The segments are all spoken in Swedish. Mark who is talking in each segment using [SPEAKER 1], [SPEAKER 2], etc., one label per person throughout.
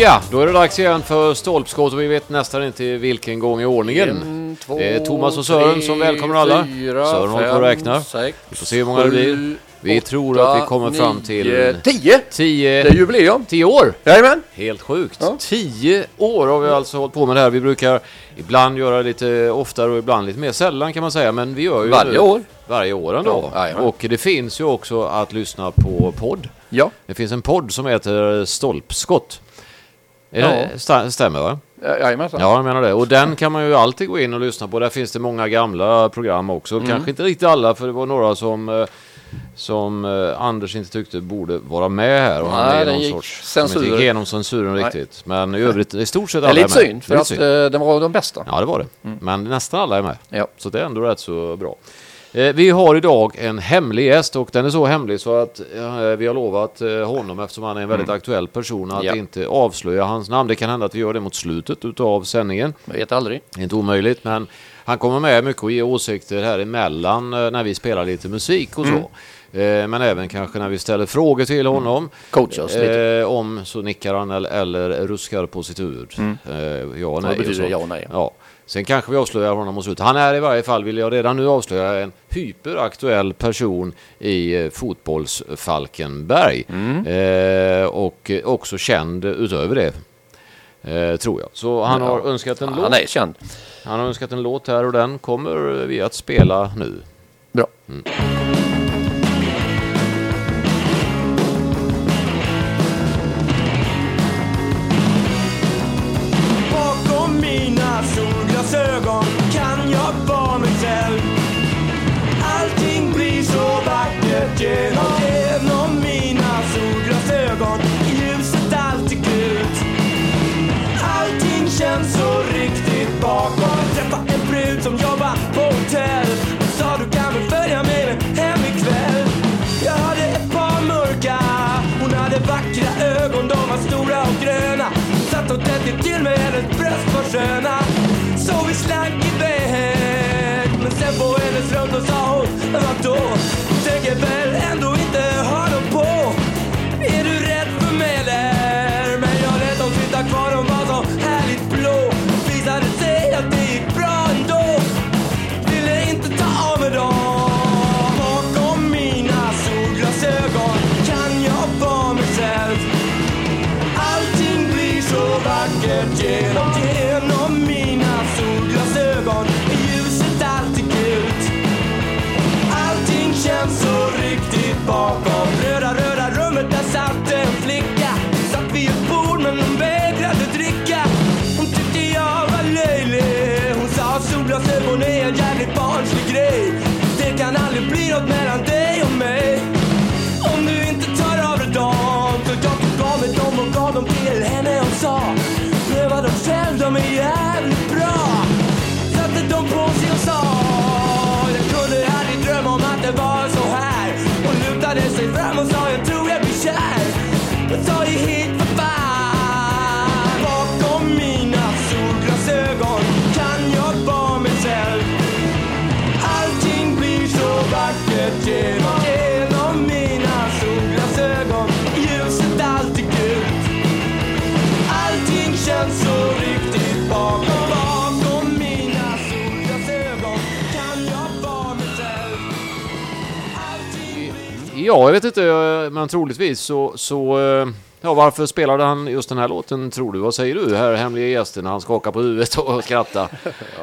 [SPEAKER 1] Ja, då är det dags igen för stolpskott och vi vet nästan inte vilken gång i ordningen.
[SPEAKER 2] En, två,
[SPEAKER 1] Det är Thomas och Sören som välkomnar alla.
[SPEAKER 2] Fyra,
[SPEAKER 1] Sören håller på
[SPEAKER 2] fem,
[SPEAKER 1] och räknar.
[SPEAKER 2] Sex,
[SPEAKER 1] Vi får se hur många det blir.
[SPEAKER 2] sju,
[SPEAKER 1] Vi
[SPEAKER 2] åtta,
[SPEAKER 1] tror att vi kommer fram till-
[SPEAKER 2] nio, Tio! Det är
[SPEAKER 1] 10
[SPEAKER 2] jubileum.
[SPEAKER 1] år!
[SPEAKER 2] Jajamän!
[SPEAKER 1] Helt sjukt!
[SPEAKER 2] Ja.
[SPEAKER 1] 10 år har vi alltså hållit på med det här. Vi brukar ibland göra det lite oftare och ibland lite mer sällan kan man säga, men vi gör ju
[SPEAKER 2] Varje
[SPEAKER 1] nu-
[SPEAKER 2] år.
[SPEAKER 1] Varje år ändå.
[SPEAKER 2] Ja, jajamän.
[SPEAKER 1] och det finns ju också att lyssna på podd.
[SPEAKER 2] Ja,
[SPEAKER 1] Det finns en podd som heter Stolpskott. Är det- sta- Stämmer va?
[SPEAKER 2] jajamensan.
[SPEAKER 1] Ja, jag menar det. Och den kan man ju alltid gå in och lyssna på. Där finns det många gamla program också.
[SPEAKER 2] Mm.
[SPEAKER 1] Kanske inte riktigt alla, för det var några som, eh, som eh, Anders inte tyckte borde vara med här. Och han
[SPEAKER 2] Nej,
[SPEAKER 1] är
[SPEAKER 2] den
[SPEAKER 1] någon
[SPEAKER 2] gick
[SPEAKER 1] sorts...
[SPEAKER 2] censur.
[SPEAKER 1] Som inte gick igenom censuren
[SPEAKER 2] Nej.
[SPEAKER 1] riktigt. Men i övrigt, i stort sett
[SPEAKER 2] Det är
[SPEAKER 1] alla
[SPEAKER 2] lite
[SPEAKER 1] är med.
[SPEAKER 2] synd, för att eh, de var de bästa.
[SPEAKER 1] Ja, det var det. Men nästan alla är med.
[SPEAKER 2] Mm. Ja.
[SPEAKER 1] Så det är ändå rätt så bra. Eh, Vi har idag en hemlig gäst och den är så hemlig så att eh, vi har lovat eh, honom eftersom han är en väldigt aktuell person att
[SPEAKER 2] Mm. Ja.
[SPEAKER 1] inte avslöja hans namn. Det kan hända att vi gör det mot slutet utav sändningen.
[SPEAKER 2] Jag vet aldrig.
[SPEAKER 1] Det är Inte omöjligt, men han kommer med mycket och ger åsikter här emellan eh, när vi spelar lite musik och så. Eh, Men även kanske när vi ställer frågor till honom.
[SPEAKER 2] Coacha Mm. oss lite.
[SPEAKER 1] Eh, om så nickar han eller, eller ruskar på sitt huvud. Eh, ja och nej.
[SPEAKER 2] betyder
[SPEAKER 1] och så.
[SPEAKER 2] Mm. ja och nej.
[SPEAKER 1] Ja. Sen kanske vi avslöjar honom mot slutet. Han är i varje fall, vill jag redan nu avslöja, en hyperaktuell person i eh, fotbolls-Falkenberg.
[SPEAKER 2] Mm.
[SPEAKER 1] Eh, och eh, också känd utöver det. Eh, tror jag. Så han har önskat en låt.
[SPEAKER 2] Han är känd.
[SPEAKER 1] Han har önskat en låt här och den kommer vi att spela nu.
[SPEAKER 2] Bra.
[SPEAKER 3] Bakom mina solglasögon kan jag vara mig själv Allting blir så vackert genom, genom mina solglasögon Ljuset alltid gult Allting känns så riktigt bakom Träffa en brud som jobbar på hotell Hon sa du kan väl följa med mig hem ikväll Jag hade ett par mörka Hon hade vackra ögon, de var stora och gröna Satt och tätt till mig, hennes bröst var sköna Så vi slank iväg Men sen på hennes rum då sa hon Vadå? Du tänker väl ändå inte ha något på? Är du rädd för mig eller? Men jag lät dem sitta kvar, de var så härligt blå Visade sig att det gick bra ändå Ville inte ta av mig dem Bakom mina solglasögon kan jag vara mig själv Allting blir så vackert genom, genom mina solglasögon Är ljuset alltid gult Allting känns så riktigt bakom Röda, röda rummet där satt en flicka Satt vid ett bord men hon vägrade dricka Hon tyckte jag var löjlig Hon sa solglasögon är en jävligt barnslig grej Det kan aldrig bli något mellan dig och mig om du inte tar av dig dem Så jag tog av mig dem och gav dem till henne och sa Pröva dem själv, de är jävligt bra Satte dem på sig och sa Jag kunde aldrig drömma om att det var så här Hon lutade sig fram och sa jag tror jag blir kär Men ta dig hit för fan Bakom mina solglasögon kan jag vara mig själv Allting blir så vackert genom, genom mina solglasögon Ljuset alltid gult Allting känns så riktigt bakom, bakom mina solglasögon Kan jag vara mig själv Allting
[SPEAKER 1] Ja, jag vet inte, eh, men troligtvis så... så eh, ja, varför spelade han just den här låten tror du? Vad säger du, herr hemliga gästen? Han skakar på huvudet och skrattar.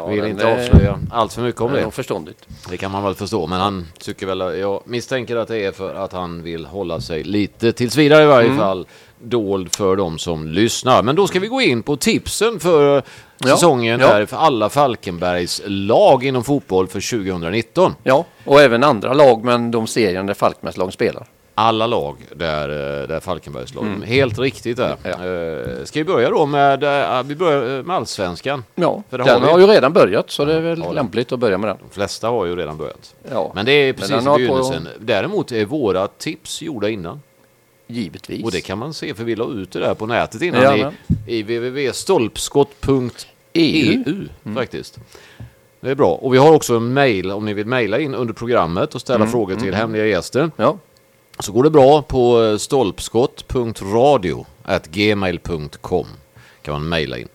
[SPEAKER 1] Vill
[SPEAKER 2] den
[SPEAKER 1] inte
[SPEAKER 2] är-
[SPEAKER 1] avslöja allt för mycket om
[SPEAKER 2] Det är
[SPEAKER 1] det.
[SPEAKER 2] nog förståndigt.
[SPEAKER 1] Det kan man väl förstå, men han tycker väl... Jag misstänker att det är för att han vill hålla sig lite, tills vidare i varje
[SPEAKER 2] Mm.
[SPEAKER 1] fall, dold för de som lyssnar. Men då ska vi gå in på tipsen för säsongen
[SPEAKER 2] ja.
[SPEAKER 1] där, för alla Falkenbergs lag inom fotboll för 2019.
[SPEAKER 2] Ja, och även andra lag, men de serien där Falkmans lag spelar.
[SPEAKER 1] alla lag där, eh, där Falkenbergs lag. Helt riktigt där.
[SPEAKER 2] Mm. Ja.
[SPEAKER 1] Eh, Ska vi börja då med, eh, vi börjar eh, med allsvenskan?
[SPEAKER 2] Ja,
[SPEAKER 1] För det
[SPEAKER 2] den
[SPEAKER 1] har
[SPEAKER 2] har,
[SPEAKER 1] vi.
[SPEAKER 2] ju redan börjat, så det är väl
[SPEAKER 1] Ja, det.
[SPEAKER 2] lämpligt att börja med den.
[SPEAKER 1] De flesta har ju redan börjat.
[SPEAKER 2] Ja,
[SPEAKER 1] Men det är precis
[SPEAKER 2] den
[SPEAKER 1] i
[SPEAKER 2] har på-
[SPEAKER 1] begynnelsen. Däremot är våra tips gjorda innan.
[SPEAKER 2] Givetvis.
[SPEAKER 1] Och det kan man se för vi la ut det där på nätet innan
[SPEAKER 2] Jajamän.
[SPEAKER 1] i, i
[SPEAKER 2] E
[SPEAKER 1] www.stolpskott.eu
[SPEAKER 2] Mm.
[SPEAKER 1] faktiskt. Det är bra. Och vi har också en mail om ni vill mejla in under programmet och ställa
[SPEAKER 2] Mm,
[SPEAKER 1] frågor till hemliga gäster.
[SPEAKER 2] Ja,
[SPEAKER 1] Så går det bra på eh, stolpskott.radio at gmail.com kan man mejla in.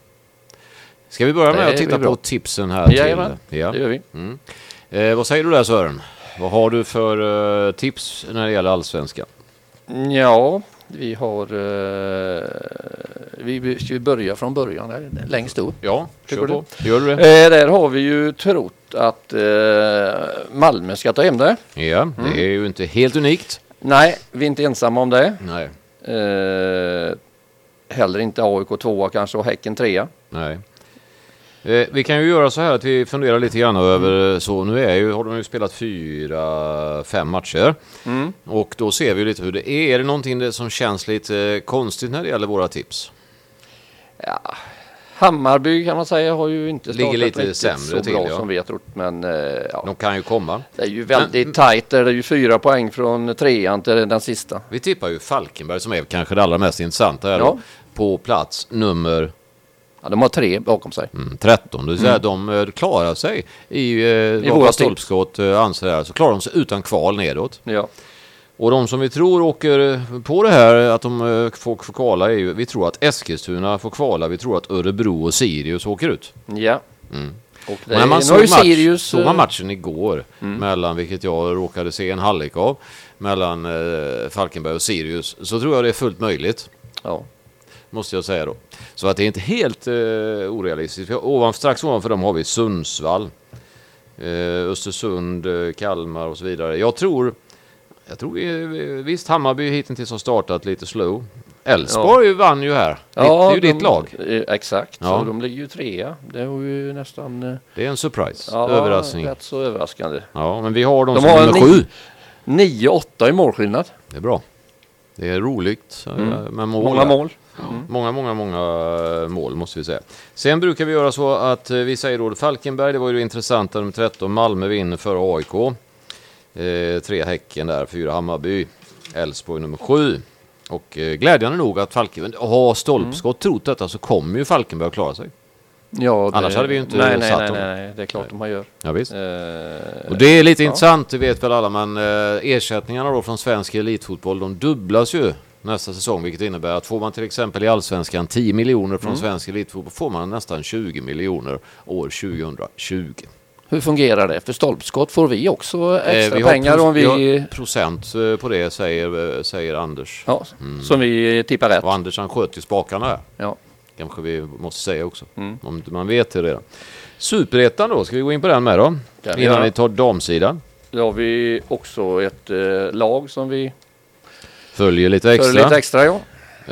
[SPEAKER 1] Ska vi börja med
[SPEAKER 2] Det
[SPEAKER 1] att titta
[SPEAKER 2] är bra.
[SPEAKER 1] på tipsen här?
[SPEAKER 2] Jajamän,
[SPEAKER 1] till, ja.
[SPEAKER 2] det gör vi.
[SPEAKER 1] Mm. Eh, vad säger du där Sören? Vad har du för eh, tips när det gäller allsvenskan?
[SPEAKER 2] Ja, vi har... Eh, vi ska vi börja från början, här, längst upp.
[SPEAKER 1] Ja,
[SPEAKER 2] Tycker
[SPEAKER 1] kör
[SPEAKER 2] du?
[SPEAKER 1] på. Gör du
[SPEAKER 2] Eh,
[SPEAKER 1] det?
[SPEAKER 2] där har vi ju trott att eh, Malmö ska ta hem det.
[SPEAKER 1] Ja, det är ju inte helt unikt.
[SPEAKER 2] Nej, vi är inte ensamma om det.
[SPEAKER 1] Nej,
[SPEAKER 2] Eh, heller inte AIK tvåa kanske och Häcken trea.
[SPEAKER 1] nej. Eh, vi kan ju göra så här att vi funderar lite grann över eh, så. Nu är ju, har de ju spelat fyra, fem matcher. Och då ser vi ju lite hur det är. Är det någonting det som känns lite eh, konstigt när det gäller våra tips?
[SPEAKER 2] Hammarby kan man säga har ju inte
[SPEAKER 1] Ligger
[SPEAKER 2] startat
[SPEAKER 1] lite
[SPEAKER 2] riktigt
[SPEAKER 1] sämre
[SPEAKER 2] så
[SPEAKER 1] till,
[SPEAKER 2] bra
[SPEAKER 1] ja.
[SPEAKER 2] som vi har trott. Men eh, ja,
[SPEAKER 1] De kan ju komma.
[SPEAKER 2] det är ju väldigt tajt. där. Det är ju fyra poäng från trean till den sista.
[SPEAKER 1] Vi tippar ju Falkenberg som är kanske det allra mest intressanta här då.
[SPEAKER 2] Ja.
[SPEAKER 1] På plats nummer
[SPEAKER 2] Ja, de har tre bakom sig.
[SPEAKER 1] mm, 13. Det vill säga de eh, klarar sig i, eh,
[SPEAKER 2] våra
[SPEAKER 1] våra
[SPEAKER 2] tips.
[SPEAKER 1] stolpskott eh, anser jag. Så klarar de sig utan kval nedåt.
[SPEAKER 2] Ja.
[SPEAKER 1] Och de som vi tror åker eh, på det här att de eh, får, får kvala är ju, vi tror att Eskilstuna får kvala, vi tror att Örebro och Sirius åker ut.
[SPEAKER 2] ja. Och det
[SPEAKER 1] Och Mm. när man
[SPEAKER 2] är- nu
[SPEAKER 1] såg,
[SPEAKER 2] har ju
[SPEAKER 1] match,
[SPEAKER 2] Sirius...
[SPEAKER 1] såg
[SPEAKER 2] eh, mm.
[SPEAKER 1] man matchen igår, mellan, vilket jag råkade se en halvlek av, mellan eh, Falkenberg och Sirius, så tror jag det är fullt möjligt.
[SPEAKER 2] Ja.
[SPEAKER 1] Måste jag säga då. Så att det är inte helt eh, orealistiskt. Vi har Ovan, strax ovanför dem har vi Sundsvall. Eh, Östersund, eh, Kalmar och så vidare. Jag tror, jag tror vi, vi- visst Hammarby hittills har startat lite slow. Elfsborg vann ju här. Ditt- det är ju
[SPEAKER 2] de-
[SPEAKER 1] ditt lag.
[SPEAKER 2] eh, Exakt,
[SPEAKER 1] Ja.
[SPEAKER 2] så de ligger ju trea. Det var ju nästan eh,
[SPEAKER 1] Det är en surprise.
[SPEAKER 2] ja,
[SPEAKER 1] Överraskning.
[SPEAKER 2] rätt så överraskande.
[SPEAKER 1] Ja, men vi har dem
[SPEAKER 2] De
[SPEAKER 1] som
[SPEAKER 2] har
[SPEAKER 1] nummer
[SPEAKER 2] en ny-
[SPEAKER 1] sju.
[SPEAKER 2] 9-8 i målskillnad.
[SPEAKER 1] Det är bra. Det är roligt eh, med mål.
[SPEAKER 2] Mm. Många
[SPEAKER 1] där.
[SPEAKER 2] mål.
[SPEAKER 1] Mm. Många, många, många eh, mål måste vi säga. Sen brukar vi göra så att eh, vi säger då Falkenberg, det var ju det intressanta, de 13 Malmö vinner före AIK. Eh, tre Häcken där, fyra Hammarby, Elfsborg nummer sju. Och eh, glädjande nog att Falkenberg, har stolpskott trott detta så kommer ju Falkenberg att klara sig.
[SPEAKER 2] Ja,
[SPEAKER 1] Annars hade vi ju inte
[SPEAKER 2] nej, nej,
[SPEAKER 1] satt
[SPEAKER 2] nej,
[SPEAKER 1] dem.
[SPEAKER 2] nej, nej, det är klart de har gör.
[SPEAKER 1] Ja, visst.
[SPEAKER 2] Eh,
[SPEAKER 1] Och det är lite
[SPEAKER 2] ja.
[SPEAKER 1] intressant, det vet väl alla, men eh, ersättningarna då från svensk elitfotboll, de dubblas ju nästa säsong, vilket innebär att får man till exempel i allsvenskan 10 miljoner
[SPEAKER 2] Mm.
[SPEAKER 1] från svensk elitfotboll, får man nästan 20 miljoner år 2020.
[SPEAKER 2] Hur fungerar det? För stolpskott får vi också
[SPEAKER 1] Eh,
[SPEAKER 2] extra
[SPEAKER 1] har
[SPEAKER 2] pengar
[SPEAKER 1] pro-
[SPEAKER 2] om vi...
[SPEAKER 1] har procent eh, på det, säger, eh, säger Anders.
[SPEAKER 2] Ja,
[SPEAKER 1] Mm.
[SPEAKER 2] som vi tippar rätt.
[SPEAKER 1] Och Anders han sköt ju spakarna här.
[SPEAKER 2] Ja.
[SPEAKER 1] Kanske vi måste säga också.
[SPEAKER 2] Mm.
[SPEAKER 1] Om inte man vet det redan. Superettan då, ska vi gå in på den med då?
[SPEAKER 2] Kan vi
[SPEAKER 1] Innan
[SPEAKER 2] göra.
[SPEAKER 1] vi tar damsidan.
[SPEAKER 2] Då har vi också ett eh, lag som vi
[SPEAKER 1] Följer lite
[SPEAKER 2] kör
[SPEAKER 1] extra.
[SPEAKER 2] lite extra. Ja.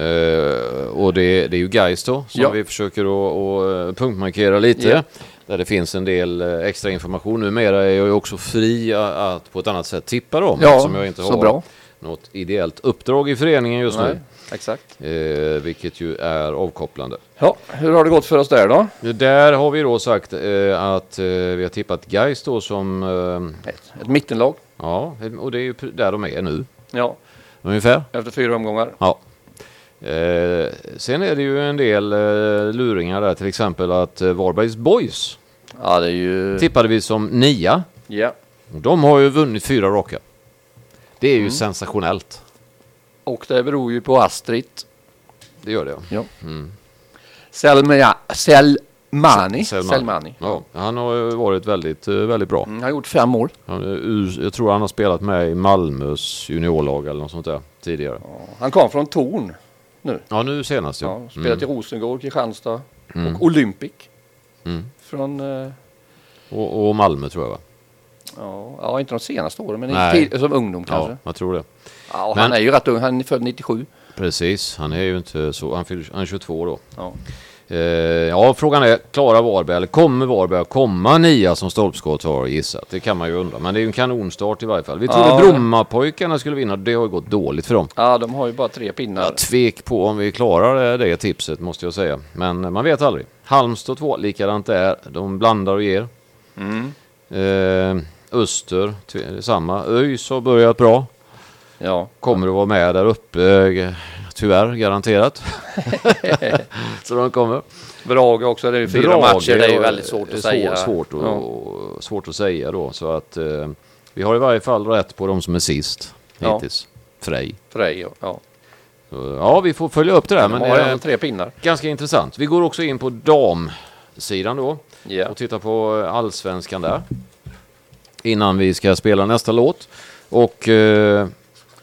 [SPEAKER 1] Eh, och det, det är ju Gais då som
[SPEAKER 2] Ja.
[SPEAKER 1] vi försöker att, att eh, punktmarkera lite.
[SPEAKER 2] Ja.
[SPEAKER 1] Där det finns en del eh, extra information. Numera är jag ju också fri a- att på ett annat sätt tippa dem.
[SPEAKER 2] Ja,
[SPEAKER 1] som jag inte
[SPEAKER 2] så
[SPEAKER 1] har
[SPEAKER 2] bra.
[SPEAKER 1] något ideellt uppdrag i föreningen just
[SPEAKER 2] Nej, exakt.
[SPEAKER 1] nu. Eh, vilket ju är avkopplande.
[SPEAKER 2] Ja, hur har det gått för oss där då?
[SPEAKER 1] Där har vi då sagt eh, att eh, vi har tippat Gais då som... Eh,
[SPEAKER 2] Ett, ett mittenlag.
[SPEAKER 1] ja, och det är ju pr- där de är nu
[SPEAKER 2] Ja,
[SPEAKER 1] ungefär.
[SPEAKER 2] efter fyra omgångar.
[SPEAKER 1] Ja. Eh, sen är det ju en del eh, luringar där, till exempel att eh, Varbergs Boys
[SPEAKER 2] Ja, det är ju...
[SPEAKER 1] tippade vi som nia.
[SPEAKER 2] Ja.
[SPEAKER 1] De har ju vunnit fyra raka. Det
[SPEAKER 2] Mm.
[SPEAKER 1] är ju sensationellt.
[SPEAKER 2] Och det beror ju på Astrid.
[SPEAKER 1] Det gör det.
[SPEAKER 2] Ja. Selma, Mm.
[SPEAKER 1] Selman.
[SPEAKER 2] Selmani. Selmani.
[SPEAKER 1] Ja, han har ju varit väldigt, eh, väldigt bra.
[SPEAKER 2] Mm, han har gjort fem mål.
[SPEAKER 1] Han, är ur- jag tror han har spelat med i Malmös juniorlag eller något sånt där tidigare.
[SPEAKER 2] Han kom från Torn nu.
[SPEAKER 1] Ja, nu senast ja.
[SPEAKER 2] Ja, Mm. spelat i Rosengård, Kristianstad och Olympic.
[SPEAKER 1] Mm.
[SPEAKER 2] Från, eh,
[SPEAKER 1] Och, och Malmö tror jag va?
[SPEAKER 2] ja, ja, inte de senaste åren, men
[SPEAKER 1] Nej.
[SPEAKER 2] i tid, som ungdom
[SPEAKER 1] Ja,
[SPEAKER 2] kanske.
[SPEAKER 1] jag tror det.
[SPEAKER 2] Ja. och
[SPEAKER 1] Men-
[SPEAKER 2] han är ju rätt ung, han är född 97.
[SPEAKER 1] Precis, han är ju inte så, han, fyller, han är 22 då.
[SPEAKER 2] Ja.
[SPEAKER 1] Eh, ja, frågan är, klarar Varberg, eller kommer Varberg att komma nia som stolpskott har gissat? Det kan man ju undra, men det är ju en kanonstart i varje fall. Vi trodde
[SPEAKER 2] Ja, det-
[SPEAKER 1] Brommapojkarna skulle vinna, det har ju gått dåligt för dem.
[SPEAKER 2] ja, de har ju bara tre pinnar.
[SPEAKER 1] Jag tvek på om vi klarar det, det tipset måste jag säga, men man vet aldrig. Halmstad 2, likadant där, de blandar och ger. Eh, Öster, tve- samma. ÖIS har börjat bra,
[SPEAKER 2] Ja.
[SPEAKER 1] kommer att vara med där uppe, eh, tyvärr, garanterat. Så de kommer.
[SPEAKER 2] Brage också, det är ju fyra
[SPEAKER 1] Drag
[SPEAKER 2] matcher, det är ju
[SPEAKER 1] och-
[SPEAKER 2] väldigt svårt
[SPEAKER 1] svår-
[SPEAKER 2] att säga.
[SPEAKER 1] Svårt att,
[SPEAKER 2] Ja.
[SPEAKER 1] och- svårt att säga då. Så att eh, vi har i varje fall rätt på de som är sist
[SPEAKER 2] Ja.
[SPEAKER 1] hittills. Frej.
[SPEAKER 2] För dig, ja. ja.
[SPEAKER 1] Så, ja, vi får följa upp det där.
[SPEAKER 2] Men
[SPEAKER 1] Men
[SPEAKER 2] har
[SPEAKER 1] eh,
[SPEAKER 2] ändå tre pinnar.
[SPEAKER 1] ganska intressant. Vi går också in på damsidan då
[SPEAKER 2] Ja.
[SPEAKER 1] och tittar på eh, allsvenskan där. Innan vi ska spela nästa låt. Och eh,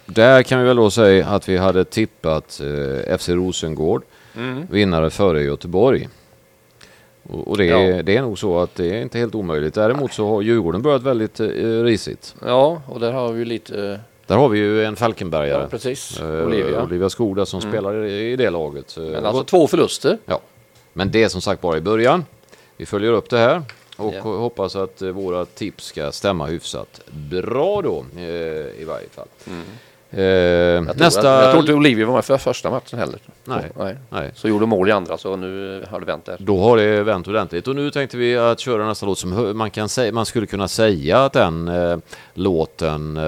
[SPEAKER 1] där kan vi väl då säga att vi hade tippat eh, FC Rosengård
[SPEAKER 2] Mm.
[SPEAKER 1] vinnare före Göteborg. Och, och det,
[SPEAKER 2] Ja.
[SPEAKER 1] det är nog så att det är inte helt omöjligt. Däremot så har Djurgården börjat väldigt eh, risigt.
[SPEAKER 2] ja, och där har vi ju lite... eh,
[SPEAKER 1] Där har vi ju en Falkenbergare.
[SPEAKER 2] Ja, precis.
[SPEAKER 1] Eh,
[SPEAKER 2] Olivia. Mm.
[SPEAKER 1] Olivia Skoda som spelar i i det laget. Eh,
[SPEAKER 2] Men alltså två förluster.
[SPEAKER 1] Ja, men det är som sagt bara i början. Vi följer upp det här och
[SPEAKER 2] Ja.
[SPEAKER 1] hoppas att eh, våra tips ska stämma hyfsat bra då eh, i varje fall. Eh,
[SPEAKER 2] Mm. Jag tror,
[SPEAKER 1] nästa...
[SPEAKER 2] jag, jag tror inte Olivia var med för första matchen heller.
[SPEAKER 1] Nej.
[SPEAKER 2] Nej.
[SPEAKER 1] Nej.
[SPEAKER 2] Så gjorde mål i andra, så nu eh, har det vänt där.
[SPEAKER 1] Då har det vänt ordentligt och nu tänkte vi att köra nästa låt som hö- man, kan säga, man skulle kunna säga att den eh, låten, eh,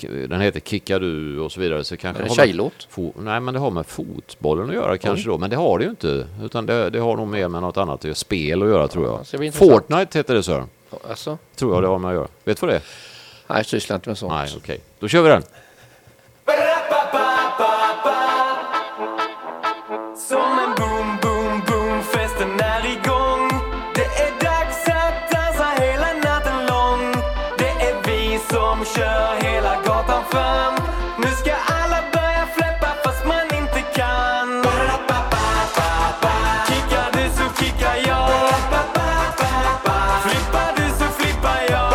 [SPEAKER 1] k- den heter Kicka du och så vidare. Så kanske
[SPEAKER 2] En
[SPEAKER 1] har med-
[SPEAKER 2] tjejlåt?
[SPEAKER 1] Fo- nej men det har med fotbollen att göra kanske då, men det har det ju inte. Utan det, det har nog mer med något annat, det är spel att göra tror jag.
[SPEAKER 2] det ska bli intressant.
[SPEAKER 1] Fortnite heter det Sören.
[SPEAKER 2] Ja, Alltså?
[SPEAKER 1] Tror jag det har med att göra. Vet du vad det är?
[SPEAKER 2] Nej, jag sysslar inte med sånt.
[SPEAKER 1] Nej, okej. Då kör vi den.
[SPEAKER 4] Som en boom, boom, boom, festen är igång Det är dags att dansa hela natten lång Det är vi som kör hela gatan fram Nu ska alla börja flappa fast man inte kan Kickar du så kickar jag Flippar du så flippar jag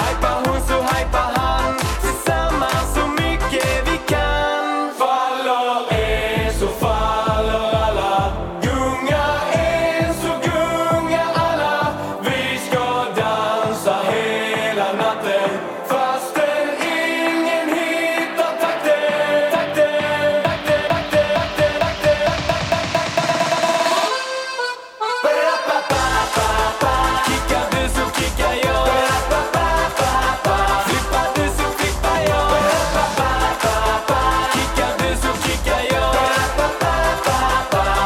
[SPEAKER 4] Hypar hon så hypar han Tillsammans så mycket vi kan Faller är så faller alla Gunga är så gunga alla Vi ska dansa hela natten Fastän ingen hittar takten Takten, takten, takten, takten, takten Kickar du så kickar jag Flippar du så flippar jag Kickar du så kickar jag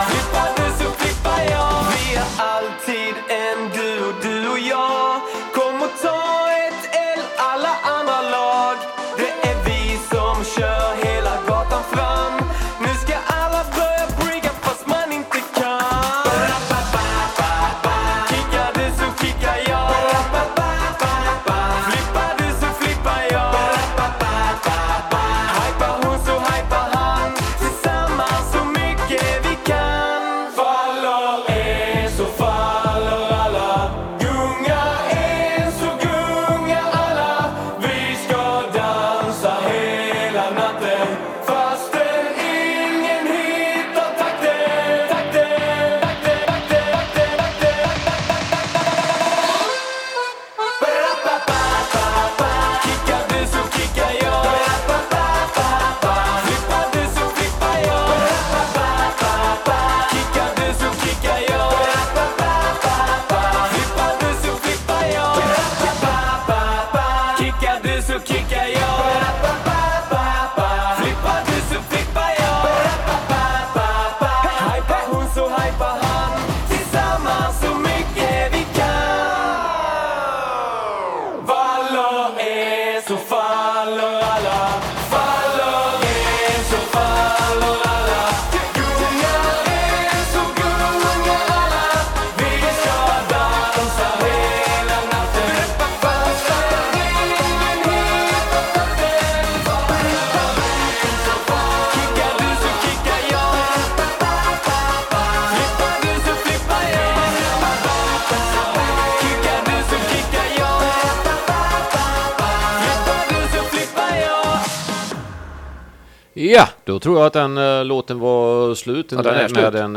[SPEAKER 4] Flippar du så flippar jag Vi är alltid en duo, du och jag Kom och ta ett L, alla andra lag Det är vi som kör hela gatan fram Nu ska alla börja brigga fast man inte kan Kickar du så kickar jag Flippar du så flippar jag Hypar hon så hypar han Tillsammans så mycket vi kan Faller är så faller alla Gunga är så gunga alla Vi ska dansa hela natten Fastän ingen hittar takten Takten, takten, takten, takten, takten Kickar du så kickar jag Flippar du så flippar jag Kickar du så kickar jag Flippar du så flippar jag Kickar du så kickar jag Flippar du så flippar jag Hypar hon så hypar han Tillsammans så mycket vi kan Faller är så faller alla Faller är så faller alla Gungar är så gungar alla Vi ska dansa hela natten Faller ingen hittar takten Kickar du så kickar jag Flippar du så flippar jag Kickar du så kickar jag Flippar du så flippar jag
[SPEAKER 1] Ja, då tror jag att den eh, låten var slut
[SPEAKER 2] Ja, den är
[SPEAKER 1] med
[SPEAKER 2] slut.
[SPEAKER 1] en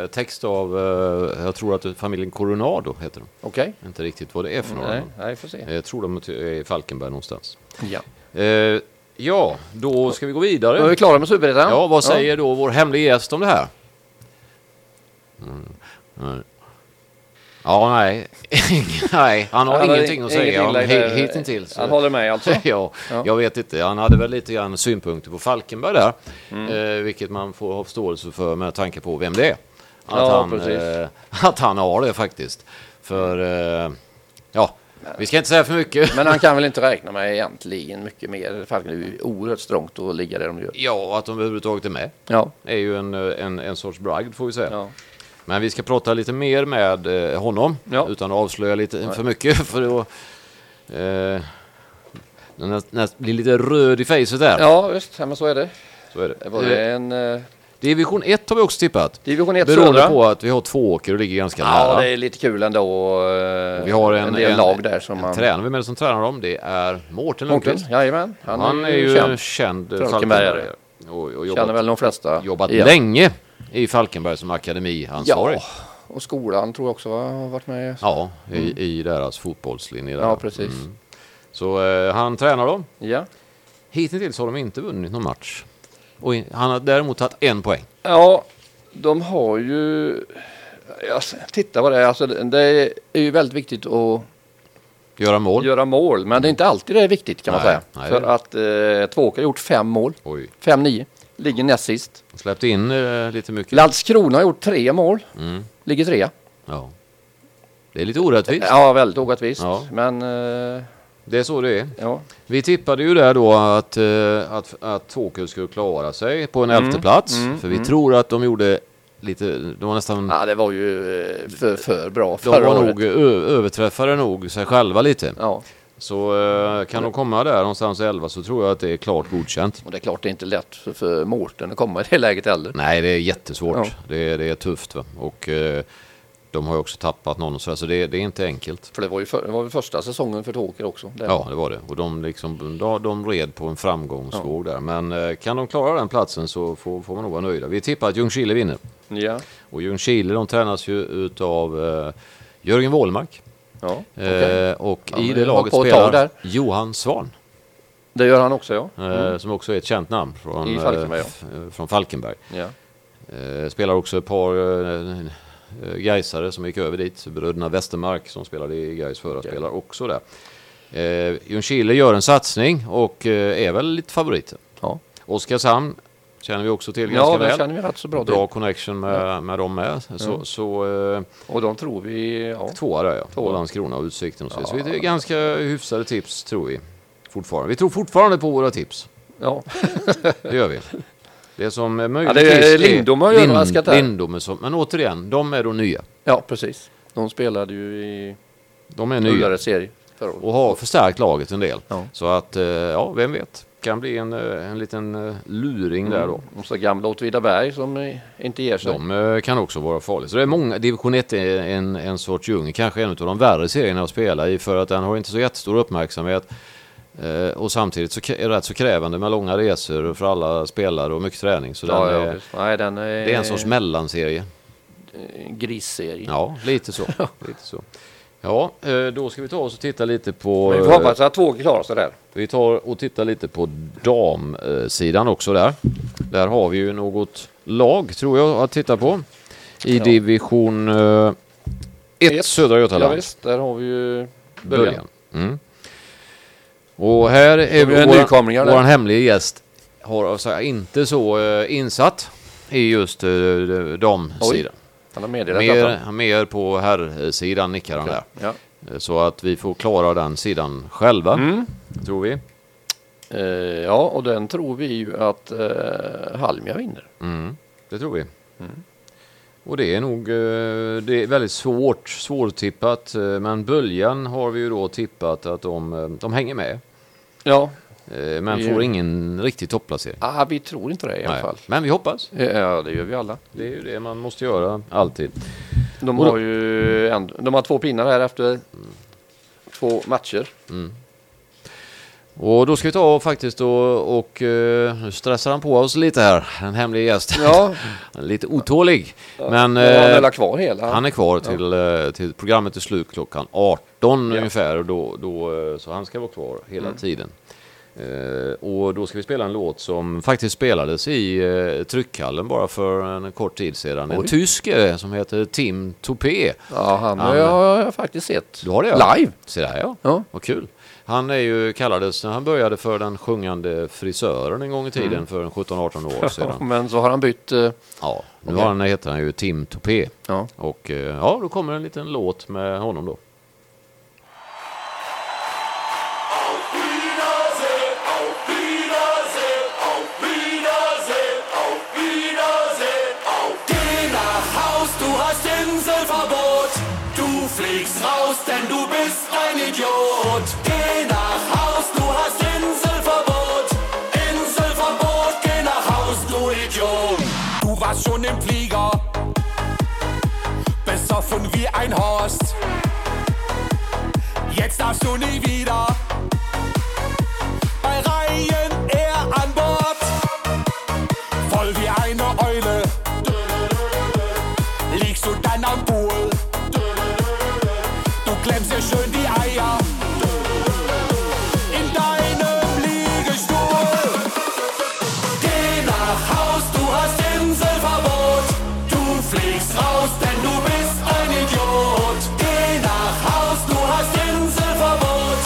[SPEAKER 1] eh, text av, eh, jag tror att det- familjen Coronado heter de.
[SPEAKER 2] Okej?
[SPEAKER 1] Inte riktigt vad det är för några.
[SPEAKER 2] Nej,
[SPEAKER 1] men
[SPEAKER 2] nej, får se.
[SPEAKER 1] Jag tror de är i Falkenberg någonstans.
[SPEAKER 2] Ja.
[SPEAKER 1] Eh, ja, då ska vi gå
[SPEAKER 2] Då är vi
[SPEAKER 1] vidare.
[SPEAKER 2] klara med Superettan.
[SPEAKER 1] Ja, vad säger då vår hemliga gäst om det här? Mm. Nej. Ja, nej. nej, han har
[SPEAKER 2] Han har
[SPEAKER 1] ingenting att
[SPEAKER 2] inget
[SPEAKER 1] säga om
[SPEAKER 2] illa i det-
[SPEAKER 1] hi- hittills.
[SPEAKER 2] Han håller med alltså?
[SPEAKER 1] ja,
[SPEAKER 2] Ja.
[SPEAKER 1] jag vet inte. Han hade väl lite grann synpunkter på Falkenberg där.
[SPEAKER 2] Mm.
[SPEAKER 1] Eh, vilket man får ha förståelse för med tanke på vem det är. Att,
[SPEAKER 2] Ja,
[SPEAKER 1] han,
[SPEAKER 2] precis.
[SPEAKER 1] eh, att han har det faktiskt. För eh, ja, Vi ska inte säga för mycket.
[SPEAKER 2] Men han kan väl inte räkna med egentligen mycket mer. Falken är ju oerhört strångt att ligga där de gör.
[SPEAKER 1] Ja, att de överhuvudtaget är med
[SPEAKER 2] Ja.
[SPEAKER 1] är ju en, eh, en, en sorts bragd får vi säga.
[SPEAKER 2] ja.
[SPEAKER 1] Men vi ska prata lite mer med eh, honom
[SPEAKER 2] Ja.
[SPEAKER 1] utan att avslöja lite för mycket. För då, eh, den nä- blir lite röd i facet där.
[SPEAKER 2] Ja, just. Ja, men så är det.
[SPEAKER 1] Så är
[SPEAKER 2] Det
[SPEAKER 1] det.
[SPEAKER 2] var ju en eh,
[SPEAKER 1] Division 1 har vi också tippat.
[SPEAKER 2] division 1
[SPEAKER 1] Beroende
[SPEAKER 2] södra.
[SPEAKER 1] på att vi har två åker och ligger ganska
[SPEAKER 2] Ja,
[SPEAKER 1] nära.
[SPEAKER 2] det är lite kul ändå. eh,
[SPEAKER 1] Vi har en,
[SPEAKER 2] en del lag där som man...
[SPEAKER 1] Tränare, vem är det som tränar dem? Det är Mårten
[SPEAKER 2] Mårten,
[SPEAKER 1] Lundqvist.
[SPEAKER 2] jajamän. Han,
[SPEAKER 1] Han är ju känd, känd
[SPEAKER 2] Falkenbergare.
[SPEAKER 1] Falkenbergare. Och, och
[SPEAKER 2] Känner
[SPEAKER 1] jobbat,
[SPEAKER 2] väl de flesta.
[SPEAKER 1] jobbat
[SPEAKER 2] igen.
[SPEAKER 1] länge i Falkenberg som akademiansvarig.
[SPEAKER 2] Ja, och skolan tror jag också va, har varit med.
[SPEAKER 1] Ja, i, i deras fotbollslinje. Där.
[SPEAKER 2] Ja, precis.
[SPEAKER 1] Mm. Så eh, han tränar dem.
[SPEAKER 2] Ja.
[SPEAKER 1] Hittills har de inte vunnit någon match. Och in, han har däremot tagit en poäng.
[SPEAKER 2] Ja, de har ju... Ja, titta vad det är. Alltså, det det är ju väldigt viktigt att
[SPEAKER 1] Göra mål.
[SPEAKER 2] göra mål. Men det är inte alltid det är viktigt kan man
[SPEAKER 1] Nej,
[SPEAKER 2] säga.
[SPEAKER 1] nej,
[SPEAKER 2] För
[SPEAKER 1] det är
[SPEAKER 2] att eh, Tvååker har gjort fem mål.
[SPEAKER 1] Oj,
[SPEAKER 2] 5-9. Ligger näst sist.
[SPEAKER 1] släppte in eh, lite mycket.
[SPEAKER 2] Landskrona har gjort tre mål.
[SPEAKER 1] Mm,
[SPEAKER 2] Ligger trea.
[SPEAKER 1] ja. Det är lite orättvist.
[SPEAKER 2] Ja, väldigt orättvist.
[SPEAKER 1] Ja.
[SPEAKER 2] Men eh,
[SPEAKER 1] Det är så det är.
[SPEAKER 2] ja.
[SPEAKER 1] Vi tippade ju där då att, eh, att, att Tåkö skulle klara sig på
[SPEAKER 2] Mm.
[SPEAKER 1] en elfte plats. för vi tror att de gjorde lite, de var nästan,
[SPEAKER 2] ja, det var ju eh, för, för bra
[SPEAKER 1] de
[SPEAKER 2] förra
[SPEAKER 1] var
[SPEAKER 2] året.
[SPEAKER 1] nog, ö, överträffade nog sig själva lite.
[SPEAKER 2] Ja,
[SPEAKER 1] Så eh, kan de komma där någonstans 11 så tror jag att det är klart godkänt.
[SPEAKER 2] och det är klart det är inte lätt för, för Mårten att komma i det läget heller.
[SPEAKER 1] Nej, det är jättesvårt.
[SPEAKER 2] Ja.
[SPEAKER 1] Det, är- det är tufft. Va? Och eh, de har ju också tappat någon och sådär, så det, det är inte enkelt.
[SPEAKER 2] För det var ju för, det var väl första säsongen för Tåker också. Det-
[SPEAKER 1] Ja, det var det. Och de, liksom, de, de red på en framgångsvåg där. Men eh, kan de klara den platsen så får, får man nog vara nöjda. Vi tippar att Ljungskile vinner.
[SPEAKER 2] Ja.
[SPEAKER 1] Och Ljungskile de tränas ju utav eh, Jörgen Wålmark.
[SPEAKER 2] ja. okej.
[SPEAKER 1] Eh, och
[SPEAKER 2] Ja,
[SPEAKER 1] i
[SPEAKER 2] men
[SPEAKER 1] det
[SPEAKER 2] det var
[SPEAKER 1] laget
[SPEAKER 2] på ett tag
[SPEAKER 1] spelar
[SPEAKER 2] där.
[SPEAKER 1] Johan Svan.
[SPEAKER 2] Det gör han också ja.
[SPEAKER 1] Eh, Som också är ett känt namn från
[SPEAKER 2] Mm. I Falkenberg, ja.
[SPEAKER 1] eh, f- eh, från Falkenberg.
[SPEAKER 2] ja.
[SPEAKER 1] Eh, spelar också ett par eh, eh, Gaisare som gick över dit. Bröderna Westermark som spelade i Gais förra spelar också där. Eh, Ljungskile gör en satsning och eh, är väl lite favoriter.
[SPEAKER 2] Ja,
[SPEAKER 1] Oskarshamn känner vi också till
[SPEAKER 2] ja
[SPEAKER 1] ganska
[SPEAKER 2] det
[SPEAKER 1] väl.
[SPEAKER 2] känner vi rätt så bra,
[SPEAKER 1] Bra
[SPEAKER 2] till.
[SPEAKER 1] connection med, med dem med. Så, så eh,
[SPEAKER 2] Och de tror vi... Ja.
[SPEAKER 1] tvåa där ja.
[SPEAKER 2] Tvåa.
[SPEAKER 1] Och Landskrona och Utsikten och så. Så
[SPEAKER 2] Ja.
[SPEAKER 1] det är ganska hyfsade tips tror vi. Fortfarande. Vi tror fortfarande på våra tips.
[SPEAKER 2] ja.
[SPEAKER 1] Det gör vi. Det som är
[SPEAKER 2] Ja,
[SPEAKER 1] möjligt
[SPEAKER 2] det är-
[SPEAKER 1] sist
[SPEAKER 2] Lindom har ju överraskat där.
[SPEAKER 1] Lindom är som, men återigen, de är då nya.
[SPEAKER 2] ja, precis. De spelade ju i
[SPEAKER 1] De är nya
[SPEAKER 2] Ullared serie förra året.
[SPEAKER 1] och har förstärkt laget en del.
[SPEAKER 2] Ja.
[SPEAKER 1] Så att, eh, ja, vem vet. Kan bli en, eh, en liten eh, luring där då.
[SPEAKER 2] Och Mm. så gamla Åtvidaberg som eh, inte ger sig.
[SPEAKER 1] De eh, kan också vara farliga. Så det är många, division 1 är en, en sorts djungel, kanske en av de värre serierna att spela i för att den har inte så jättestor uppmärksamhet. Eh, och samtidigt så k- är det rätt så krävande med långa resor för alla spelare och mycket träning. Så
[SPEAKER 2] ja,
[SPEAKER 1] den
[SPEAKER 2] ja,
[SPEAKER 1] är,
[SPEAKER 2] visst. Nej, den är,
[SPEAKER 1] det är en sorts mellanserie.
[SPEAKER 2] eh, grisserie.
[SPEAKER 1] Ja, lite så. lite så. Ja, eh, då ska vi ta oss och titta lite på... eh,
[SPEAKER 2] Men vi får hoppas att två klarar sig där.
[SPEAKER 1] Vi tar och tittar lite på damsidan också där. Där har vi ju något lag tror jag att titta på. I
[SPEAKER 2] Ja.
[SPEAKER 1] division 1
[SPEAKER 2] Ett.
[SPEAKER 1] Södra
[SPEAKER 2] Ja,
[SPEAKER 1] Götaland.
[SPEAKER 2] visst, där har vi ju
[SPEAKER 1] Böljan.
[SPEAKER 2] början.
[SPEAKER 1] Mm. Och här är
[SPEAKER 2] vi har nykomlingar där.
[SPEAKER 1] vår hemliga gäst har alltså inte så eh, insatt i just uh, damsidan.
[SPEAKER 2] Han har meddelat
[SPEAKER 1] Mer,
[SPEAKER 2] detta.
[SPEAKER 1] mer på herrsidan nickar han där.
[SPEAKER 2] Ja.
[SPEAKER 1] Eh, Så att vi får klara den sidan själva,
[SPEAKER 2] Mm.
[SPEAKER 1] tror vi.
[SPEAKER 2] Eh, ja, och den tror vi ju att eh, Halmia vinner.
[SPEAKER 1] Mm, det tror vi.
[SPEAKER 2] Mm.
[SPEAKER 1] Och det är nog eh, det är väldigt svårt, svårtippat. eh, Men Böljan har vi ju då tippat att de, eh, de hänger med.
[SPEAKER 2] Ja,
[SPEAKER 1] eh, Men
[SPEAKER 2] Vi-
[SPEAKER 1] får ingen riktig topplacering.
[SPEAKER 2] ah, vi tror inte det i alla
[SPEAKER 1] Nej.
[SPEAKER 2] fall.
[SPEAKER 1] Men vi hoppas.
[SPEAKER 2] Eh, Ja, det gör vi alla.
[SPEAKER 1] Det är ju det man måste göra alltid.
[SPEAKER 2] De
[SPEAKER 1] Och då-
[SPEAKER 2] har ju ändå, de har två pinnar här efter två matcher.
[SPEAKER 1] Och då ska vi ta och faktiskt och, och eh, nu stressar han på oss lite här, den hemliga gästen.
[SPEAKER 2] Ja,
[SPEAKER 1] Han är lite otålig. Men
[SPEAKER 2] men han
[SPEAKER 1] eh,
[SPEAKER 2] är kvar hela.
[SPEAKER 1] Han är kvar till, eh, till programmet är slut klockan 18 ungefär och då, då, eh, så han ska vara kvar hela
[SPEAKER 2] Mm.
[SPEAKER 1] tiden. Eh, och då ska vi spela en låt som faktiskt spelades i eh, tryckhallen bara för en kort tid sedan. En
[SPEAKER 2] Oj.
[SPEAKER 1] tysk är det som heter Tim Topé.
[SPEAKER 2] Ja, han,
[SPEAKER 1] Han-
[SPEAKER 2] jag har jag faktiskt sett.
[SPEAKER 1] Du har det ja.
[SPEAKER 2] Live?
[SPEAKER 1] Se där ja.
[SPEAKER 2] Ja.
[SPEAKER 1] Vad kul. Han är ju, kallades när han började för den sjungande frisören en gång i
[SPEAKER 2] Mm.
[SPEAKER 1] tiden för en 17-18 år sedan.
[SPEAKER 2] Men så har han bytt... eh,
[SPEAKER 1] Ja, nu
[SPEAKER 2] Okej.
[SPEAKER 1] har han, heter han ju Tim Topé.
[SPEAKER 2] Ja.
[SPEAKER 1] Och eh, ja, då kommer en liten låt med honom då.
[SPEAKER 4] Inselverbot. Du fliegst raus, denn du bist ein Idiot. Geh nach Haus, du hast Inselverbot. Inselverbot, geh nach Haus, du Idiot. Du warst schon im Flieger. Besoffen wie ein Horst. Jetzt darfst du nie wieder bei Ryanair an Bord. Voll wie eine Eule liegst du dann am Pool. Du klemmst dir schön die Eier in deinem Liegestuhl. Geh nach Haus, du hast Inselverbot. Du fliegst raus, denn du bist ein Idiot. Geh nach Haus, du hast Inselverbot.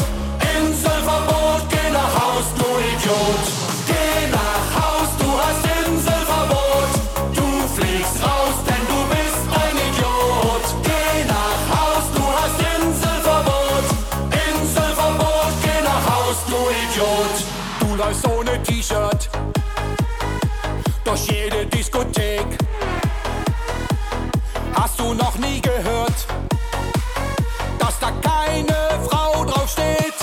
[SPEAKER 4] Inselverbot, geh nach Haus, du Idiot. Geh nach Haus, du hast Inselverbot. Du fliegst raus, denn du bist ein Idiot. Geh nach Haus, du hast Inselverbot. Inselverbot, geh nach Haus, du Idiot. Du läufst ohne T-Shirt durch jede Diskothek. Hast du noch nie gehört, dass da keine Frau draufsteht?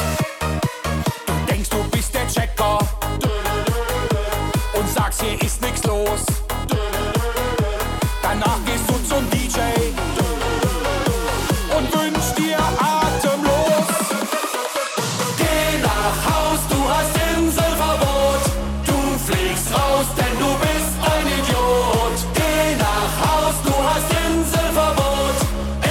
[SPEAKER 4] Du denkst, du bist der Checker und sagst, hier ist nichts los. Danach gehst du zum DJ und wünschst dir atemlos. Geh nach Haus, du hast Inselverbot. Du fliegst raus, denn du bist ein Idiot. Geh nach Haus, du hast Inselverbot.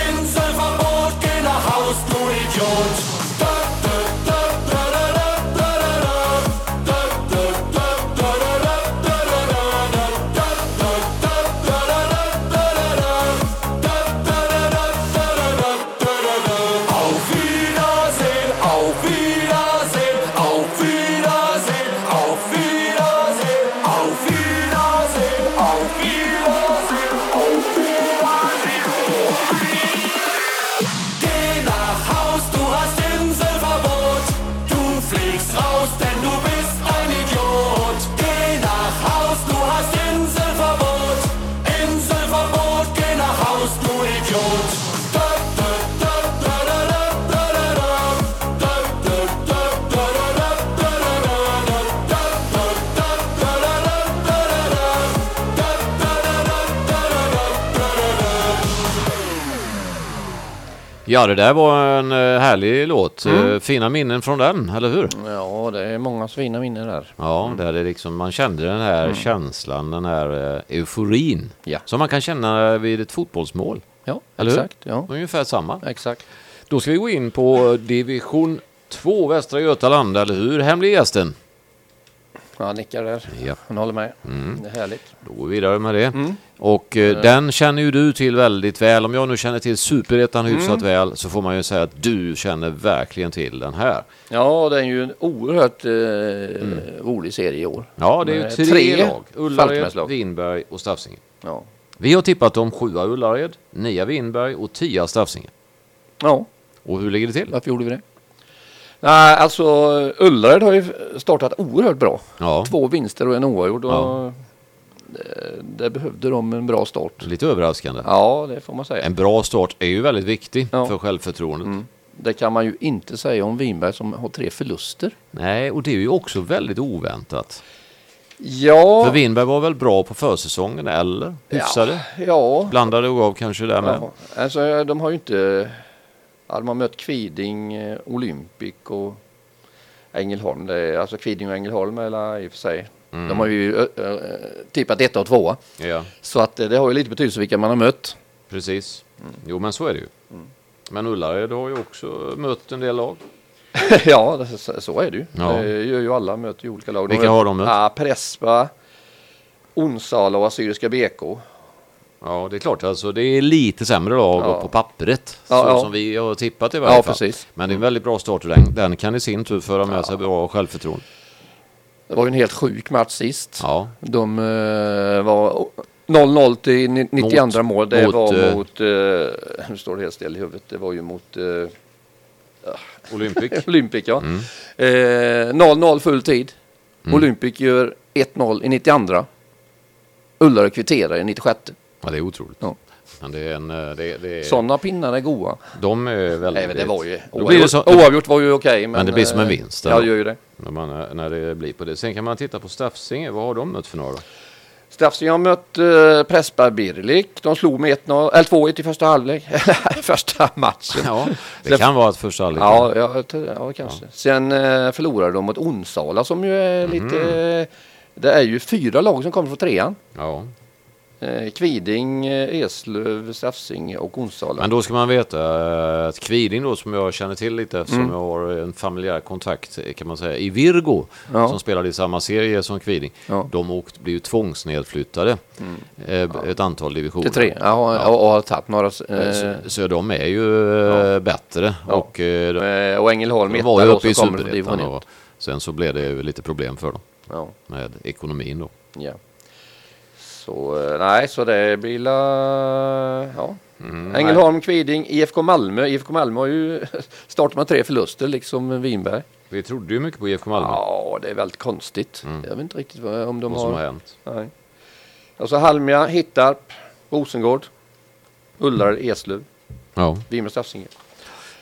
[SPEAKER 4] Inselverbot, geh nach Haus, du Idiot. Da, da, da, da, da, da, da, da, da. Da, da, da, da, da, da, da, da, da, da. Da, da, da, da, da, da, da, da, da. Da, da, da, da, da, da, da, da, da, da. Auf Wiedersehen, auf Wiedersehen, auf Wiedersehen, auf Wiedersehen, auf Wiedersehen, auf Wiedersehen, auf Wiedersehen. Geh nach Haus, du hast Inselverbot. Du fliegst raus, denn du bist ein Idiot. Geh nach Haus, du hast Inselverbot. Inselverbot, geh nach Haus, du Idiot. Da, da, da, da, da, da, da, da, da. Da, da, da, da, da, da, da, da, da, da. Da, da, da, da, da, da, da, da, da. Da, da, da, da, da, da, da, da, da, da.
[SPEAKER 1] Ja, det där var en eh, härlig låt.
[SPEAKER 2] Mm.
[SPEAKER 1] Eh, Fina minnen från den, eller hur?
[SPEAKER 2] Ja, det är många fina minnen där.
[SPEAKER 1] Ja, där det liksom, man kände den här känslan, den här eh, euforin.
[SPEAKER 2] Mm. Ja.
[SPEAKER 1] Som man kan känna vid ett fotbollsmål.
[SPEAKER 2] Ja,
[SPEAKER 1] Eller hur?
[SPEAKER 2] exakt. Ja,
[SPEAKER 1] Ungefär samma.
[SPEAKER 2] exakt.
[SPEAKER 1] Då ska vi gå in på division 2 Västra Götaland, eller hur? Hemlig gästen.
[SPEAKER 2] Han nickar där.
[SPEAKER 1] Ja.
[SPEAKER 2] Han håller med.
[SPEAKER 1] Mm.
[SPEAKER 2] Det är härligt.
[SPEAKER 1] Då går vi vidare med det.
[SPEAKER 2] Mm.
[SPEAKER 1] Och eh, den känner ju du till väldigt väl. Om jag nu känner till Superettan
[SPEAKER 2] Mm.
[SPEAKER 1] hyfsat väl så får man ju säga att du känner verkligen till den här.
[SPEAKER 2] Ja, det är ju en oerhört eh,
[SPEAKER 1] Mm.
[SPEAKER 2] rolig serie i år.
[SPEAKER 1] Ja, det är ju
[SPEAKER 2] Med
[SPEAKER 1] tre,
[SPEAKER 2] Eh, tre
[SPEAKER 1] lag. Ullared,
[SPEAKER 2] Falkenbergslag.
[SPEAKER 1] Vinberg och Stafsinge.
[SPEAKER 2] Ja,
[SPEAKER 1] Vi har tippat om sjua Ullared, nia Vinberg och tia Stafsinge.
[SPEAKER 2] ja
[SPEAKER 1] Och hur ligger det till?
[SPEAKER 2] varför gjorde vi det? Nej, alltså Ullared har ju startat oerhört bra.
[SPEAKER 1] Ja,
[SPEAKER 2] Två vinster och en oavgjord. Och
[SPEAKER 1] Ja.
[SPEAKER 2] det, det behövde de en bra start.
[SPEAKER 1] lite överraskande.
[SPEAKER 2] Ja, det får man säga.
[SPEAKER 1] En bra start är ju väldigt viktig
[SPEAKER 2] Ja. Mm.
[SPEAKER 1] för självförtroendet.
[SPEAKER 2] Det kan man ju inte säga om Winberg som har tre förluster.
[SPEAKER 1] Nej, och det är ju också väldigt oväntat. För
[SPEAKER 2] Ja,
[SPEAKER 1] Vinberg var väl bra på försäsongen, eller? Hyfsade?
[SPEAKER 2] ja.
[SPEAKER 1] Blandade och gav kanske där med.
[SPEAKER 2] ja. Alltså, de har ju inte... Ja, de har mött Kviding, eh, Olympic och Ängelholm. Det är, alltså Kviding och Ängelholm eller i och för sig.
[SPEAKER 1] Mm.
[SPEAKER 2] De har ju ö, ö, tippat ett och tvåa.
[SPEAKER 1] Ja,
[SPEAKER 2] Så att eh, det har ju lite betydelse vilka man har mött.
[SPEAKER 1] precis. Jo, men så är det ju.
[SPEAKER 2] Mm.
[SPEAKER 1] Men Ullared har ju också mött en del lag.
[SPEAKER 2] ja, det- så- så är det ju.
[SPEAKER 1] Ja.
[SPEAKER 2] Det gör ju alla, möter ju olika lag.
[SPEAKER 1] Vilka har de mött?
[SPEAKER 2] Ja, Prespa, Onsala och Assyriska BK.
[SPEAKER 1] Ja, det är klart. Alltså, det är lite sämre lag
[SPEAKER 2] Ja.
[SPEAKER 1] på pappret.
[SPEAKER 2] Ja,
[SPEAKER 1] så
[SPEAKER 2] ja.
[SPEAKER 1] som vi har tippat i varje
[SPEAKER 2] Ja,
[SPEAKER 1] fall.
[SPEAKER 2] precis.
[SPEAKER 1] Men det är en väldigt bra start och den, den kan i sin tur föra med sig bra självförtroende.
[SPEAKER 2] Det var ju en helt sjuk match sist.
[SPEAKER 1] Ja,
[SPEAKER 2] De eh, var 0-0 till ni- 92 mål. Det
[SPEAKER 1] mot, eh,
[SPEAKER 2] var mot, eh, nu står det helt still i huvudet, det var ju mot eh,
[SPEAKER 1] Olympic.
[SPEAKER 2] Olympic ja.
[SPEAKER 1] Mm.
[SPEAKER 2] Eh, 0-0 full tid. Olympic gör 1-0 i 92. Ullare kvitterar i 96.
[SPEAKER 1] Ja, det är otroligt.
[SPEAKER 2] Ja.
[SPEAKER 1] Men det är en... eh, Det, det,
[SPEAKER 2] Sådana pinnar är goa.
[SPEAKER 1] de är väldigt...
[SPEAKER 2] Nej, men det var ju...
[SPEAKER 1] Då blir det
[SPEAKER 2] Oavgjort,
[SPEAKER 1] så,
[SPEAKER 2] oavgjort var ju okej. men,
[SPEAKER 1] det blir som en
[SPEAKER 2] eh,
[SPEAKER 1] vinst,
[SPEAKER 2] Ja,
[SPEAKER 1] eller?
[SPEAKER 2] det gör ju det.
[SPEAKER 1] när, man, eh, när det blir på det. Sen kan man titta på Staffsinge. Vad har de mött för några? då?
[SPEAKER 2] Straffsinge har mött eh, Pressberg Birlik. De slog med 1-0, eller 2-1 i första halvlek. första matchen.
[SPEAKER 1] Ja, det kan vara ett första halvlek.
[SPEAKER 2] Ja, ja, t- ja kanske. Sen eh, förlorade de mot Onsala som ju är
[SPEAKER 1] Mhm.
[SPEAKER 2] lite... eh, Det är ju fyra lag som kommer från trean.
[SPEAKER 1] ja.
[SPEAKER 2] Eh, Kviding, eh, Eslöv, Straffsinge och Onsala.
[SPEAKER 1] Men då ska man veta eh, att Kviding då som jag känner till lite eftersom
[SPEAKER 2] Mm.
[SPEAKER 1] jag har en familjär kontakt eh, kan man säga i Virgo
[SPEAKER 2] Ja.
[SPEAKER 1] som spelade i samma serie som Kviding.
[SPEAKER 2] Ja. Mm.
[SPEAKER 1] De åkt, blev ju tvångsnedflyttade eh, ett antal divisioner.
[SPEAKER 2] Till tre. Ja,
[SPEAKER 1] Ja.
[SPEAKER 2] Och, och har tappat några...
[SPEAKER 1] Eh,
[SPEAKER 2] Eh,
[SPEAKER 1] Så, så de är ju eh, bättre
[SPEAKER 2] Ja.
[SPEAKER 1] och eh, de,
[SPEAKER 2] eh, och Ängelholm
[SPEAKER 1] de
[SPEAKER 2] etta
[SPEAKER 1] var ju
[SPEAKER 2] då
[SPEAKER 1] uppe
[SPEAKER 2] som
[SPEAKER 1] i
[SPEAKER 2] kommer från division
[SPEAKER 1] superettan och sen så blev det ju lite problem för dem
[SPEAKER 2] ett. Ja.
[SPEAKER 1] med ekonomin då.
[SPEAKER 2] Ja. Så eh, nej, så det blir la, ja.
[SPEAKER 1] Mm,
[SPEAKER 2] Ängelholm, Kviding, IFK Malmö. IFK Malmö har ju startat med tre förluster, liksom Winberg.
[SPEAKER 1] Vi trodde ju mycket på IFK Malmö
[SPEAKER 2] Ja, det är väldigt konstigt. Jag vet inte riktigt vad, om de
[SPEAKER 1] Mm. vad som har
[SPEAKER 2] har...
[SPEAKER 1] hänt.
[SPEAKER 2] Nej. Alltså Halmia, Hittarp, Rosengård, Ullared, Eslöv,
[SPEAKER 1] Ja.
[SPEAKER 2] Vimmerby, Stafsinge.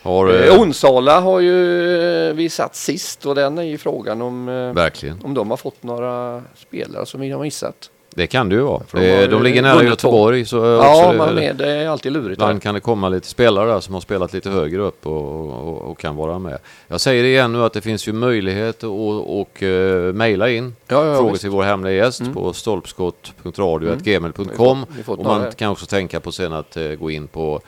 [SPEAKER 1] Har,
[SPEAKER 2] Eh,
[SPEAKER 1] eh,
[SPEAKER 2] Onsala har ju eh, vi satt sist och den är ju frågan om, eh,
[SPEAKER 1] verkligen.
[SPEAKER 2] om de har fått några spelare som vi har missat.
[SPEAKER 1] Det kan det ju vara. Eh,
[SPEAKER 2] de har
[SPEAKER 1] De,
[SPEAKER 2] ju
[SPEAKER 1] de ligger nära
[SPEAKER 2] vunnit
[SPEAKER 1] Göteborg. Så eh,
[SPEAKER 2] Ja,
[SPEAKER 1] också det-
[SPEAKER 2] man är, det är alltid lurigt. där.
[SPEAKER 1] Ibland kan det komma lite spelare där som har spelat lite högre upp och, och, och kan vara med. Jag säger det igen nu att det finns ju möjlighet att och, och, eh, mejla in
[SPEAKER 2] Ja, ja,
[SPEAKER 1] frågor
[SPEAKER 2] visst. Mm.
[SPEAKER 1] till vår hemliga gäst på stolpskott.radio.gmail.com
[SPEAKER 2] Vi får- vi får
[SPEAKER 1] och
[SPEAKER 2] ta
[SPEAKER 1] man
[SPEAKER 2] det.
[SPEAKER 1] kan också tänka på sen att eh, gå in på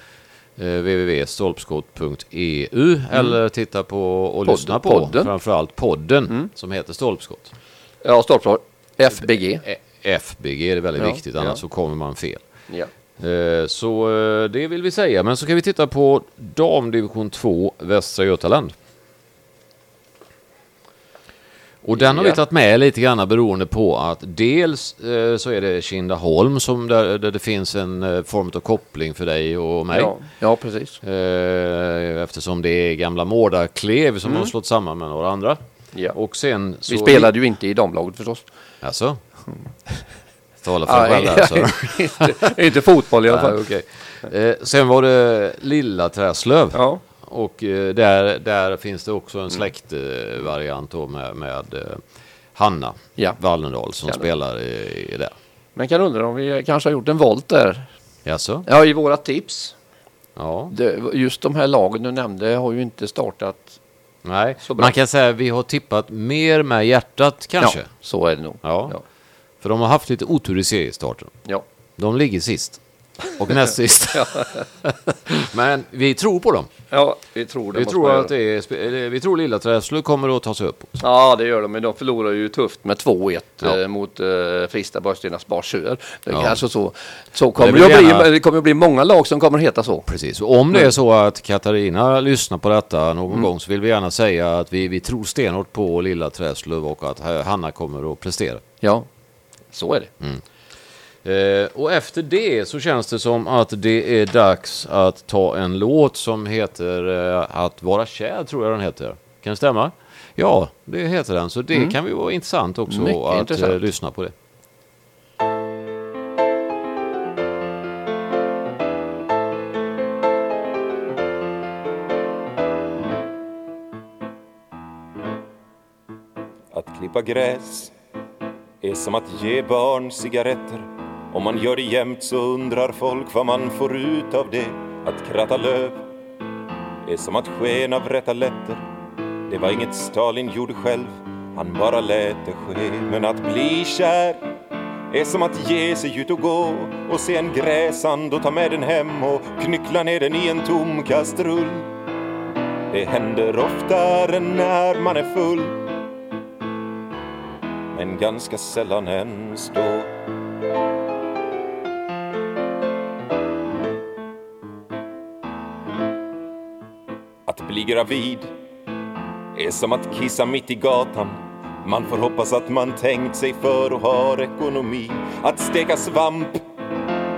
[SPEAKER 1] eh, www.stolpskott.eu eller titta på och
[SPEAKER 2] Podden-
[SPEAKER 1] lyssna på
[SPEAKER 2] Mm. podden. Mm.
[SPEAKER 1] framförallt podden som heter Stolpskott.
[SPEAKER 2] Ja, startplats FBG.
[SPEAKER 1] E- FBG är det väldigt
[SPEAKER 2] Ja,
[SPEAKER 1] viktigt annars
[SPEAKER 2] ja.
[SPEAKER 1] så kommer man fel.
[SPEAKER 2] Ja.
[SPEAKER 1] Eh, Så eh, det vill vi säga. Men så kan vi titta på damdivision 2, Västra Götaland. Och den har
[SPEAKER 2] Ja.
[SPEAKER 1] vi tagit med lite grann beroende på att dels eh, så är det Kindaholm som där, där det finns en eh, form av koppling för dig och mig.
[SPEAKER 2] Ja, ja, precis.
[SPEAKER 1] Eh, Eftersom det är gamla Mårdaklev som har slått samman med några andra.
[SPEAKER 2] Mm. Ja.
[SPEAKER 1] Och sen så...
[SPEAKER 2] vi spelade ju inte i damlaget förstås.
[SPEAKER 1] Alltså? Tala för dig själv
[SPEAKER 2] Nej,
[SPEAKER 1] alltså.
[SPEAKER 2] inte, inte fotboll i alla fall.
[SPEAKER 1] Nej, okej. Eh, sen var det Lilla Träslöv.
[SPEAKER 2] Ja.
[SPEAKER 1] Och eh, där, där finns det också en släktvariant då med, med eh, Hanna
[SPEAKER 2] Ja.
[SPEAKER 1] Wallendal som
[SPEAKER 2] Känner.
[SPEAKER 1] spelar i, i där.
[SPEAKER 2] Men kan undra om vi kanske har gjort en volt där.
[SPEAKER 1] Jaså?
[SPEAKER 2] Ja, i våra tips.
[SPEAKER 1] Ja.
[SPEAKER 2] Det, just de här lagen du nämnde har ju inte startat.
[SPEAKER 1] Nej.
[SPEAKER 2] Så bra.
[SPEAKER 1] Man kan säga att vi har tippat mer med hjärtat kanske.
[SPEAKER 2] Ja, så är det nog.
[SPEAKER 1] Ja.
[SPEAKER 2] Ja.
[SPEAKER 1] För de har haft lite otur i seriestarten.
[SPEAKER 2] ja.
[SPEAKER 1] De ligger sist. Och näst sist. Men vi tror på dem.
[SPEAKER 2] Ja, vi tror det.
[SPEAKER 1] Vi
[SPEAKER 2] måste
[SPEAKER 1] tror,
[SPEAKER 2] man
[SPEAKER 1] att
[SPEAKER 2] göra.
[SPEAKER 1] det är, spe- eller vi tror Lilla Träslöv kommer att ta sig upp.
[SPEAKER 2] Ja, det gör de. Men de förlorar ju tufft med 2-1
[SPEAKER 1] Ja.
[SPEAKER 2] eh, mot eh, Frista Borgstena Sparsör.
[SPEAKER 1] Ja.
[SPEAKER 2] Alltså så, så kommer det,
[SPEAKER 1] vill
[SPEAKER 2] att
[SPEAKER 1] gärna-
[SPEAKER 2] bli, det kommer att bli många lag som kommer att heta så.
[SPEAKER 1] Precis, och
[SPEAKER 2] Mm.
[SPEAKER 1] om det är så att Katarina lyssnar på detta någon gång så vill vi gärna säga att vi, vi tror stenhårt på Lilla Träslöv och att eh, Hanna kommer att prestera.
[SPEAKER 2] Ja, så är det.
[SPEAKER 1] Mm. Eh, och efter det så känns det som att det är dags att ta en låt som heter eh, Att vara kär, tror jag den heter. Kan det stämma? Ja, det heter den, så det kan ju vara intressant också
[SPEAKER 2] Mm. Mycket
[SPEAKER 1] att eh,
[SPEAKER 2] intressant.
[SPEAKER 1] lyssna på det.
[SPEAKER 5] Att klippa gräs är som att ge barn cigaretter. Om man gör det jämt så undrar folk vad man får ut av det. Att kratta löv är som att sken av rätta Det var inget Stalin gjorde själv, han bara lät det ske. Men att bli kär är som att ge sig ut och gå och se en gräsand och ta med den hem och knyckla ner den i en tom kastrull. Det händer oftare när man är full men ganska sällan ens då. Att bli gravid är som att kissa mitt i gatan. Man får hoppas att man tänkt sig för och har ekonomi. Att steka svamp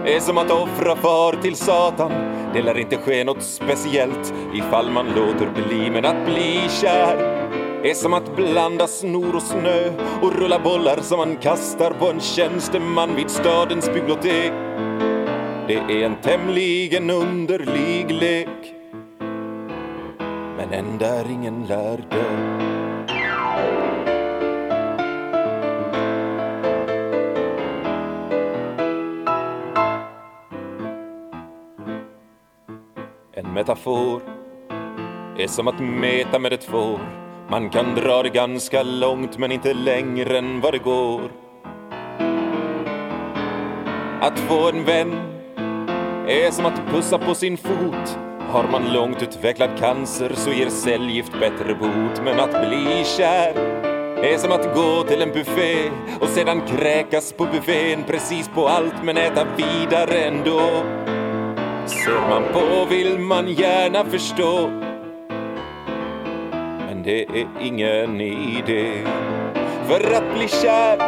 [SPEAKER 5] är som att offra far till Satan. Det lär inte ske något speciellt ifall man låter bli. Men att bli kär är som att blanda snor och snö och rulla bollar som man kastar på en tjänsteman vid stadens bibliotek. Det är en tämligen underlig lek Men en där ingen lär dö En metafor är som att meta med ett får Man kan dra det ganska långt men inte längre än vad det går Att få en vän är som att pussa på sin fot Har man långt utvecklad cancer så ger cellgift bättre bot Men att bli kär är som att gå till en buffé och sedan kräkas på buffén precis på allt men äta vidare ändå Ser man på vill man gärna förstå Men det är ingen idé För att bli kär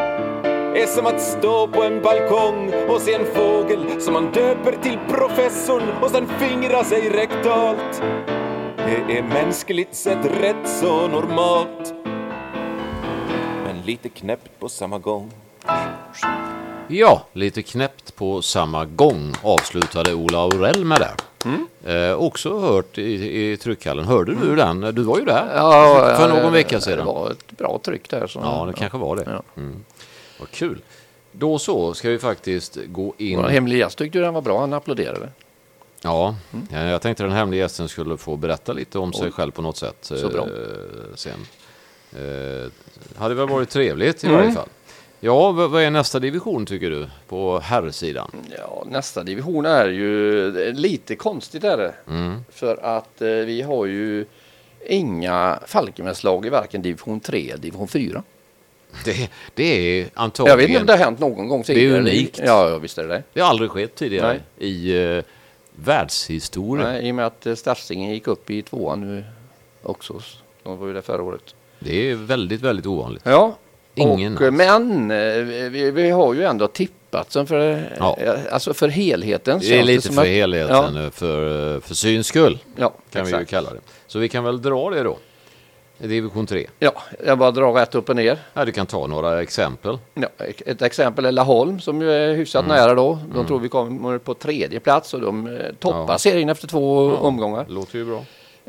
[SPEAKER 5] är som att stå på en balkong och se en fågel som man döper till professorn och sen fingrar sig rektalt Det är mänskligt sett rätt så normalt Men lite knäppt på samma gång
[SPEAKER 1] Ja, lite knäppt på samma gång avslutade Ola Aurell med det.
[SPEAKER 2] Mm.
[SPEAKER 1] Eh, också hört i, i tryckhallen. Hörde du
[SPEAKER 2] Mm.
[SPEAKER 1] den? Du var ju där
[SPEAKER 2] Ja,
[SPEAKER 1] för
[SPEAKER 2] ja,
[SPEAKER 1] någon
[SPEAKER 2] det-
[SPEAKER 1] vecka
[SPEAKER 2] Det
[SPEAKER 1] sedan.
[SPEAKER 2] var ett bra tryck där. Så,
[SPEAKER 1] Ja, det kanske var det.
[SPEAKER 2] Ja.
[SPEAKER 1] Mm. Vad kul. Då så ska vi faktiskt gå in.
[SPEAKER 2] Vår hemliga gäst tyckte ju den var bra, han applåderade.
[SPEAKER 1] Ja,
[SPEAKER 2] Mm.
[SPEAKER 1] eh, jag tänkte den hemliga gästen skulle få berätta lite om sig själv på något sätt.
[SPEAKER 2] Så bra.
[SPEAKER 1] eh, Sen. Eh, hade väl varit trevligt i
[SPEAKER 2] Mm.
[SPEAKER 1] varje fall. Ja, v- vad är nästa division tycker du på herrsidan?
[SPEAKER 2] Ja, nästa division är ju det är lite konstigt är det.
[SPEAKER 1] Mm.
[SPEAKER 2] För att eh, vi har ju inga Falkenbergslag i varken division 3 eller division 4.
[SPEAKER 1] Det, det är
[SPEAKER 2] Jag vet
[SPEAKER 1] antagligen
[SPEAKER 2] inte om det har hänt någon gång tidigare.
[SPEAKER 1] unikt.
[SPEAKER 2] Ja, ja, visst är det det.
[SPEAKER 1] Det har aldrig skett tidigare
[SPEAKER 2] Nej.
[SPEAKER 1] i eh, världshistorien.
[SPEAKER 2] Nej, I och med att eh, Staffsingen gick upp i tvåan nu också. De var ju där förra året.
[SPEAKER 1] Det är väldigt, väldigt ovanligt.
[SPEAKER 2] Ja,
[SPEAKER 1] Ingen
[SPEAKER 2] och, eh, men eh, vi, vi har ju ändå tippat som för,
[SPEAKER 1] Ja.
[SPEAKER 2] eh, alltså för helheten.
[SPEAKER 1] Det är
[SPEAKER 2] känns
[SPEAKER 1] lite
[SPEAKER 2] som
[SPEAKER 1] för
[SPEAKER 2] att-
[SPEAKER 1] helheten, eh, för, eh, för syns skull
[SPEAKER 2] Ja,
[SPEAKER 1] kan vi ju
[SPEAKER 2] exakt.
[SPEAKER 1] kalla det. Så vi kan väl dra det då. Division 3.
[SPEAKER 2] Ja, jag bara drar rätt upp och ner.
[SPEAKER 1] Ja, du kan ta några exempel.
[SPEAKER 2] Ja, ett exempel är Laholm som ju är hyfsat
[SPEAKER 1] Mm.
[SPEAKER 2] nära då. De tror vi kommer på tredje plats och de eh, toppar
[SPEAKER 1] Ja.
[SPEAKER 2] serien efter två omgångar.
[SPEAKER 1] Låter ju bra.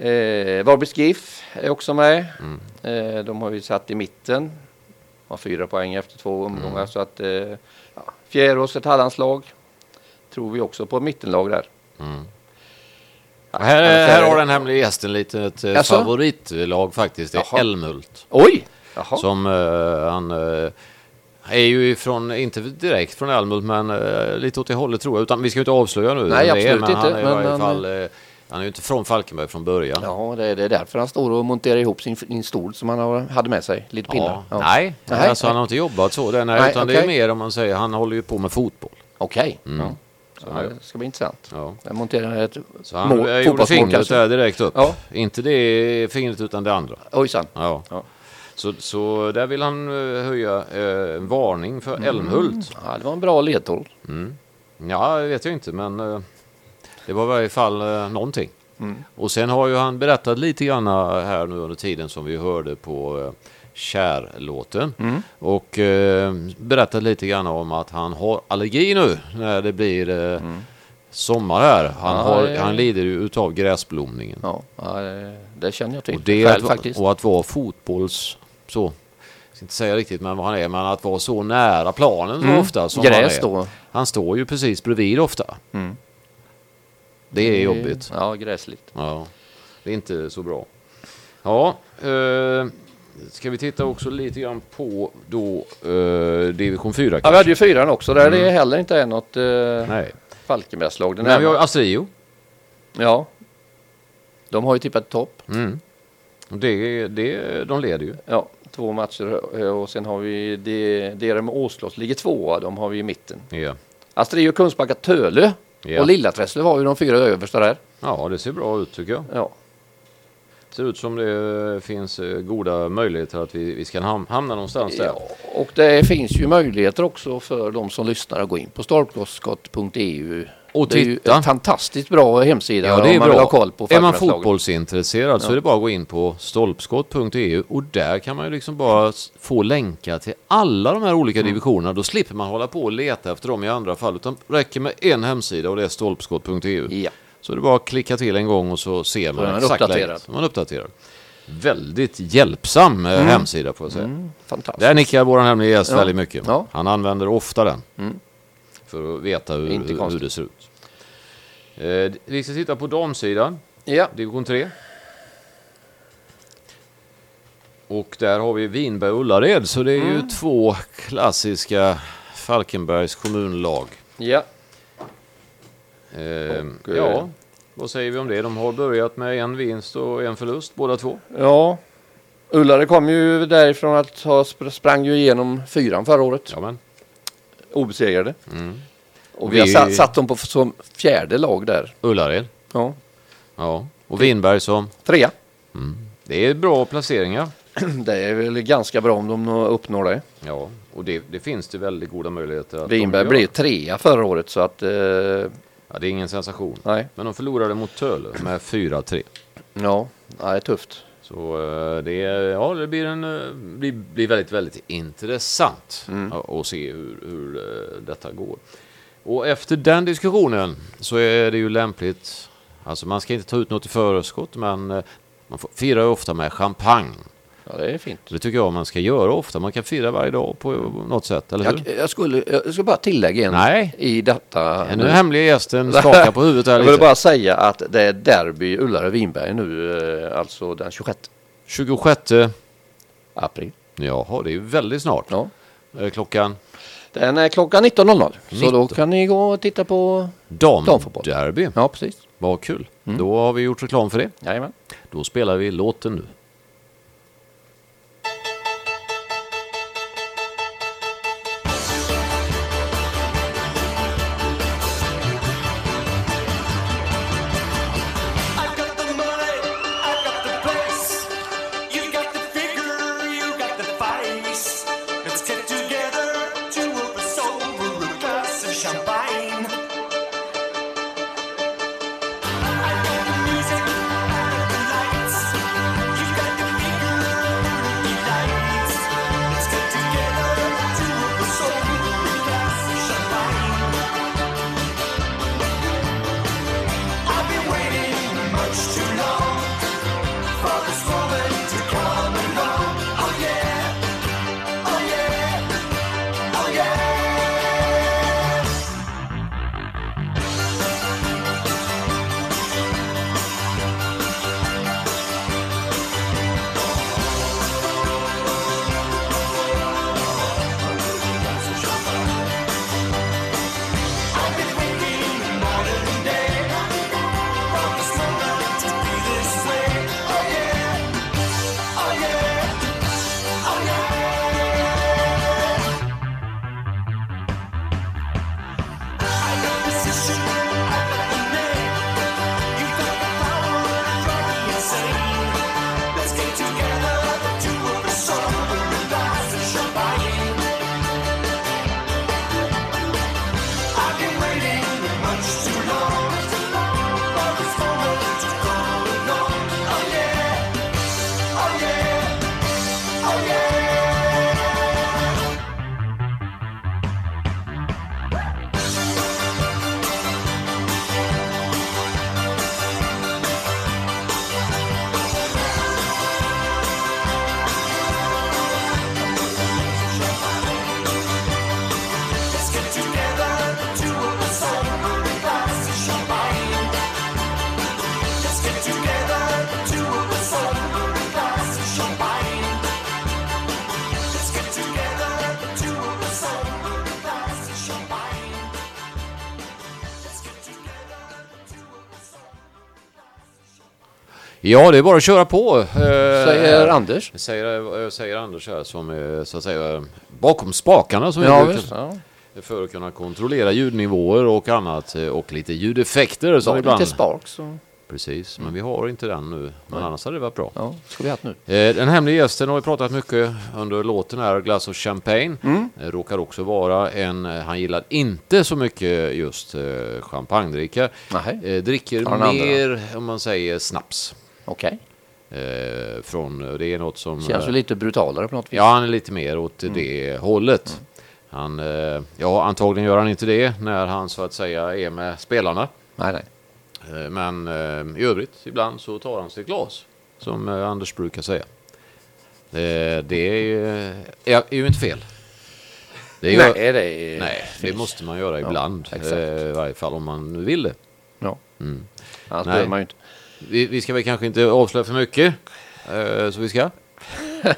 [SPEAKER 2] Eh, Varbergs GIF är också med.
[SPEAKER 1] Mm.
[SPEAKER 2] Eh, de har vi satt i mitten. Har fyra poäng efter två omgångar
[SPEAKER 1] Mm.
[SPEAKER 2] så att eh, ja, Fjärås ett Hallandslag. Tror vi också på mittenlag där.
[SPEAKER 1] Här,
[SPEAKER 2] annars är
[SPEAKER 1] här
[SPEAKER 2] det-
[SPEAKER 1] har den hemliga gästen lite ett eh,
[SPEAKER 2] Jaså?
[SPEAKER 1] favoritlag faktiskt. Det är
[SPEAKER 2] Jaha.
[SPEAKER 1] Älmhult.
[SPEAKER 2] Oj! Jaha.
[SPEAKER 1] Som eh, han eh, är ju ifrån, inte direkt från Älmhult, men eh, lite åt det hållet tror jag. Utan vi ska ju inte avslöja nu.
[SPEAKER 2] Nej,
[SPEAKER 1] vem det är,
[SPEAKER 2] absolut
[SPEAKER 1] men Han
[SPEAKER 2] inte,
[SPEAKER 1] är, i
[SPEAKER 2] men
[SPEAKER 1] varje
[SPEAKER 2] han-
[SPEAKER 1] fall, eh, han är ju inte från Falkenberg från början.
[SPEAKER 2] Ja, det är, det är därför han står och monterar ihop sin, sin stol som han har, hade med sig. Lite pinnar.
[SPEAKER 1] Ja. Nej,
[SPEAKER 2] Nej,
[SPEAKER 1] alltså han har inte jobbat så. Det, nej,
[SPEAKER 2] Nej,
[SPEAKER 1] utan det är
[SPEAKER 2] okej.
[SPEAKER 1] mer om man säger, han håller ju på med fotboll.
[SPEAKER 2] Okej.
[SPEAKER 1] Mm.
[SPEAKER 2] Ja. Ja, det ska bli intressant.
[SPEAKER 1] Ja.
[SPEAKER 2] Jag monterar ett
[SPEAKER 1] Så han
[SPEAKER 2] mål-
[SPEAKER 1] jag gjorde
[SPEAKER 2] fotbollsmål
[SPEAKER 1] fingret
[SPEAKER 2] kanske.
[SPEAKER 1] där direkt upp.
[SPEAKER 2] Ja.
[SPEAKER 1] Inte det fingret utan det andra.
[SPEAKER 2] Ojsan.
[SPEAKER 1] Ja.
[SPEAKER 2] Ja.
[SPEAKER 1] Så, så där vill han eh, höja eh, en varning
[SPEAKER 2] Mm.
[SPEAKER 1] för Älmhult.
[SPEAKER 2] Ja, det var en bra ledtråd.
[SPEAKER 1] Ja, det vet jag inte, men eh, det var i varje fall eh, någonting.
[SPEAKER 2] Mm.
[SPEAKER 1] Och sen har ju han berättat lite grann eh, här nu under tiden som vi hörde på eh, Kär-låten.
[SPEAKER 2] Mm.
[SPEAKER 1] Och eh, berättat lite grann om att han har allergi nu när det blir eh, sommar här. Han,
[SPEAKER 2] Mm. Ja,
[SPEAKER 1] har,
[SPEAKER 2] ja, ja.
[SPEAKER 1] han lider ju utav gräsblomningen.
[SPEAKER 2] Ja, ja, det- det känner jag till
[SPEAKER 1] Och, det
[SPEAKER 2] själv
[SPEAKER 1] att,
[SPEAKER 2] faktiskt.
[SPEAKER 1] och att vara fotbolls... Så, jag ska inte säga riktigt men vad han är, men att vara så nära planen så
[SPEAKER 2] Mm.
[SPEAKER 1] ofta som han
[SPEAKER 2] Gräs
[SPEAKER 1] är.
[SPEAKER 2] då. Mm.
[SPEAKER 1] Han står ju precis bredvid ofta. Det är jobbigt.
[SPEAKER 2] Ja, gräsligt.
[SPEAKER 1] Ja, det är inte så bra. Ja, eh, ska vi titta också lite grann på då eh, division 4
[SPEAKER 2] Ja,
[SPEAKER 1] kanske?
[SPEAKER 2] vi hade ju fyran också där det heller inte är något eh,
[SPEAKER 1] Mm. Nej,
[SPEAKER 2] Falkenbergslag. Den
[SPEAKER 1] men
[SPEAKER 2] här.
[SPEAKER 1] vi har Astrio.
[SPEAKER 2] Ja, de har ju tippat topp.
[SPEAKER 1] Mm. Det, det, de leder ju.
[SPEAKER 2] Ja, två matcher eh, och sen har vi det- DRM Åslås ligger tvåa. De har vi i mitten.
[SPEAKER 1] Ja.
[SPEAKER 2] Astrid och Kungsbacka Tölö
[SPEAKER 1] Ja.
[SPEAKER 2] och Lilla Träslöv var ju de fyra översta där.
[SPEAKER 1] ja, det ser bra ut tycker jag.
[SPEAKER 2] Ja,
[SPEAKER 1] Ser ut som det finns eh, goda möjligheter att vi, vi ska ham- hamna någonstans där.
[SPEAKER 2] Ja, och det finns ju möjligheter också för de som lyssnar att gå in på stolpskott.eu
[SPEAKER 1] Och
[SPEAKER 2] E det är ju
[SPEAKER 1] titta.
[SPEAKER 2] en fantastiskt bra hemsida
[SPEAKER 1] Ja, det
[SPEAKER 2] om
[SPEAKER 1] är
[SPEAKER 2] man vill ha koll
[SPEAKER 1] bra.
[SPEAKER 2] på
[SPEAKER 1] Är man
[SPEAKER 2] facklandslagen.
[SPEAKER 1] fotbollsintresserad så är det bara att gå in på stolpskott.eu och där kan man ju liksom bara s- få länkar till alla de här olika
[SPEAKER 2] Mm.
[SPEAKER 1] divisionerna. Då slipper man hålla på och leta efter dem i andra fall utan räcker med en hemsida och det är stolpskott.eu.
[SPEAKER 2] Ja.
[SPEAKER 1] Så är det bara att klicka till en gång och så ser man,
[SPEAKER 2] är man
[SPEAKER 1] exakt
[SPEAKER 2] uppdaterad.
[SPEAKER 1] läget. Så är Man uppdaterar. Väldigt hjälpsam
[SPEAKER 2] Mm.
[SPEAKER 1] eh, hemsida får jag säga.
[SPEAKER 2] Fantastiskt.
[SPEAKER 1] Där nickar vår hemliga gäst
[SPEAKER 2] Ja.
[SPEAKER 1] väldigt mycket.
[SPEAKER 2] Ja. Mm.
[SPEAKER 1] Han använder ofta den. För att veta hur,
[SPEAKER 2] Inte
[SPEAKER 1] hur, hur
[SPEAKER 2] konstigt.
[SPEAKER 1] det ser ut. Eh, vi ska titta på damsidan.
[SPEAKER 2] Ja,
[SPEAKER 1] Division 3. Och där har vi Vinberg och Ullared, så det är
[SPEAKER 2] Mm.
[SPEAKER 1] ju två klassiska Falkenbergs kommunlag.
[SPEAKER 2] ja.
[SPEAKER 1] Ehm,
[SPEAKER 2] Och, eh,
[SPEAKER 1] ja, vad säger vi om det? De har börjat med en vinst och en förlust båda två.
[SPEAKER 2] ja. Ullare kom ju därifrån att ha sp- sprang ju igenom fyran förra året.
[SPEAKER 1] Ja, men.
[SPEAKER 2] Obesegrade. Och vi,
[SPEAKER 1] Vi-
[SPEAKER 2] har satt, satt dem på f- som fjärde lag där.
[SPEAKER 1] Ullared,
[SPEAKER 2] Ja.
[SPEAKER 1] ja. Och Vinberg som...
[SPEAKER 2] Trea.
[SPEAKER 1] Det är bra placeringar.
[SPEAKER 2] Det är väl ganska bra om de nå- uppnår det.
[SPEAKER 1] Ja, och det, det finns det väldigt goda möjligheter att de
[SPEAKER 2] Vinberg
[SPEAKER 1] gör.
[SPEAKER 2] blev trea förra året så att eh,
[SPEAKER 1] Ja, det är ingen sensation.
[SPEAKER 2] nej.
[SPEAKER 1] Men de förlorade mot Töle med 4-3.
[SPEAKER 2] Ja, ja, det är tufft.
[SPEAKER 1] Så eh, det, är- ja, det blir, en, eh, blir, blir väldigt, väldigt intressant
[SPEAKER 2] Mm.
[SPEAKER 1] att, att se hur, hur eh, detta går. Och efter den diskussionen så är det ju lämpligt, alltså man ska inte ta ut något i förskott, men eh, man får, firar ju ofta med champagne.
[SPEAKER 2] Ja, det är fint.
[SPEAKER 1] Så det tycker jag man ska göra ofta, man kan fira varje dag på något sätt, eller hur?
[SPEAKER 2] Jag, jag, skulle, jag ska bara tillägga en
[SPEAKER 1] Nej.
[SPEAKER 2] i detta.
[SPEAKER 1] Ja, nu hemliga gästen skakar på huvudet här
[SPEAKER 2] Jag vill
[SPEAKER 1] lite.
[SPEAKER 2] bara säga att det är derby Ullared-Vinberg nu, eh, alltså den 26
[SPEAKER 1] 26,
[SPEAKER 2] april.
[SPEAKER 1] jaha det är ju väldigt snart.
[SPEAKER 2] Ja.
[SPEAKER 1] Eh, Klockan
[SPEAKER 2] Den är klockan 19.00. Så då
[SPEAKER 1] 19.
[SPEAKER 2] kan ni gå och titta på... Damfotboll.
[SPEAKER 1] damderby.
[SPEAKER 2] Ja, Mm. precis.
[SPEAKER 1] Vad kul. Då har vi gjort reklam för det.
[SPEAKER 2] Jajamän.
[SPEAKER 1] Då spelar vi låten nu.
[SPEAKER 4] I got the money, I got the place. You got the figure, you got the vice. Let's get together to open sober a glass of champagne. I got the music, I got the lights. You got the figure, the delights. Let's get together to open sober a glass of champagne. I've been waiting much too long for this woman to come along. Oh yeah, oh yeah, oh yeah. I've been waiting more than a day for this moment to be this way. Oh yeah, oh yeah, oh yeah. I got position, I got the name, you got the power to drive me insane. Let's get together to a sober and glass of champagne. I've been waiting much too long for this moment to come along. Oh yeah, oh yeah, oh yeah. Let's get together to a sober and glass of champagne. Let's get together to a sober and glass of champagne. Let's get together to a sober and glass of champagne. Let's get together to a sober and glass of champagne.
[SPEAKER 1] Ja, det är bara att köra på. eh,
[SPEAKER 2] Säger Anders.
[SPEAKER 1] Säger, eh, säger Anders här som är så att säga eh, bakom spakarna som vi
[SPEAKER 2] Ja,
[SPEAKER 1] brukar-
[SPEAKER 2] visst. Ja.
[SPEAKER 1] för att kunna kontrollera ljudnivåer och annat eh, och lite ljudeffekter. Så
[SPEAKER 2] Så
[SPEAKER 1] ibland.
[SPEAKER 2] lite spark så.
[SPEAKER 1] Precis, men vi har inte den nu. Men annars hade det varit bra.
[SPEAKER 2] Ja, skulle vi haft nu.
[SPEAKER 1] Eh, Den hemliga gästen har vi pratat mycket under låten här, Glass och Champagne.
[SPEAKER 2] Mm.
[SPEAKER 1] Eh, Råkar också vara en, eh, han gillar inte så mycket just eh, champagnedricka.
[SPEAKER 2] Nej.
[SPEAKER 1] Eh, Dricker
[SPEAKER 2] Tar den
[SPEAKER 1] mer, om man säger, snaps.
[SPEAKER 2] Okej.
[SPEAKER 1] Eh, Från, det är något som... eh,
[SPEAKER 2] Känns ju lite Mm. brutalare på något vis.
[SPEAKER 1] Ja, han är lite mer åt det hållet.
[SPEAKER 2] Mm.
[SPEAKER 1] Han, eh, ja, antagligen gör han inte det när han så att säga är med spelarna.
[SPEAKER 2] Nej, nej.
[SPEAKER 1] Eh, Men eh, i övrigt, ibland så tar han sitt glas, som eh, Anders brukar säga. Eh, Det är ju, är, är ju inte fel. Det gör, nej,
[SPEAKER 2] nej, det är...
[SPEAKER 1] nej, det måste man göra
[SPEAKER 2] Ja,
[SPEAKER 1] ibland. eh,
[SPEAKER 2] exakt.
[SPEAKER 1] I varje fall om man nu vill det.
[SPEAKER 2] Ja.
[SPEAKER 1] Mm.
[SPEAKER 2] Annars
[SPEAKER 1] Nej.
[SPEAKER 2] behöver man ju inte.
[SPEAKER 1] Vi, vi ska väl kanske inte avslöja för mycket, eh, så vi ska.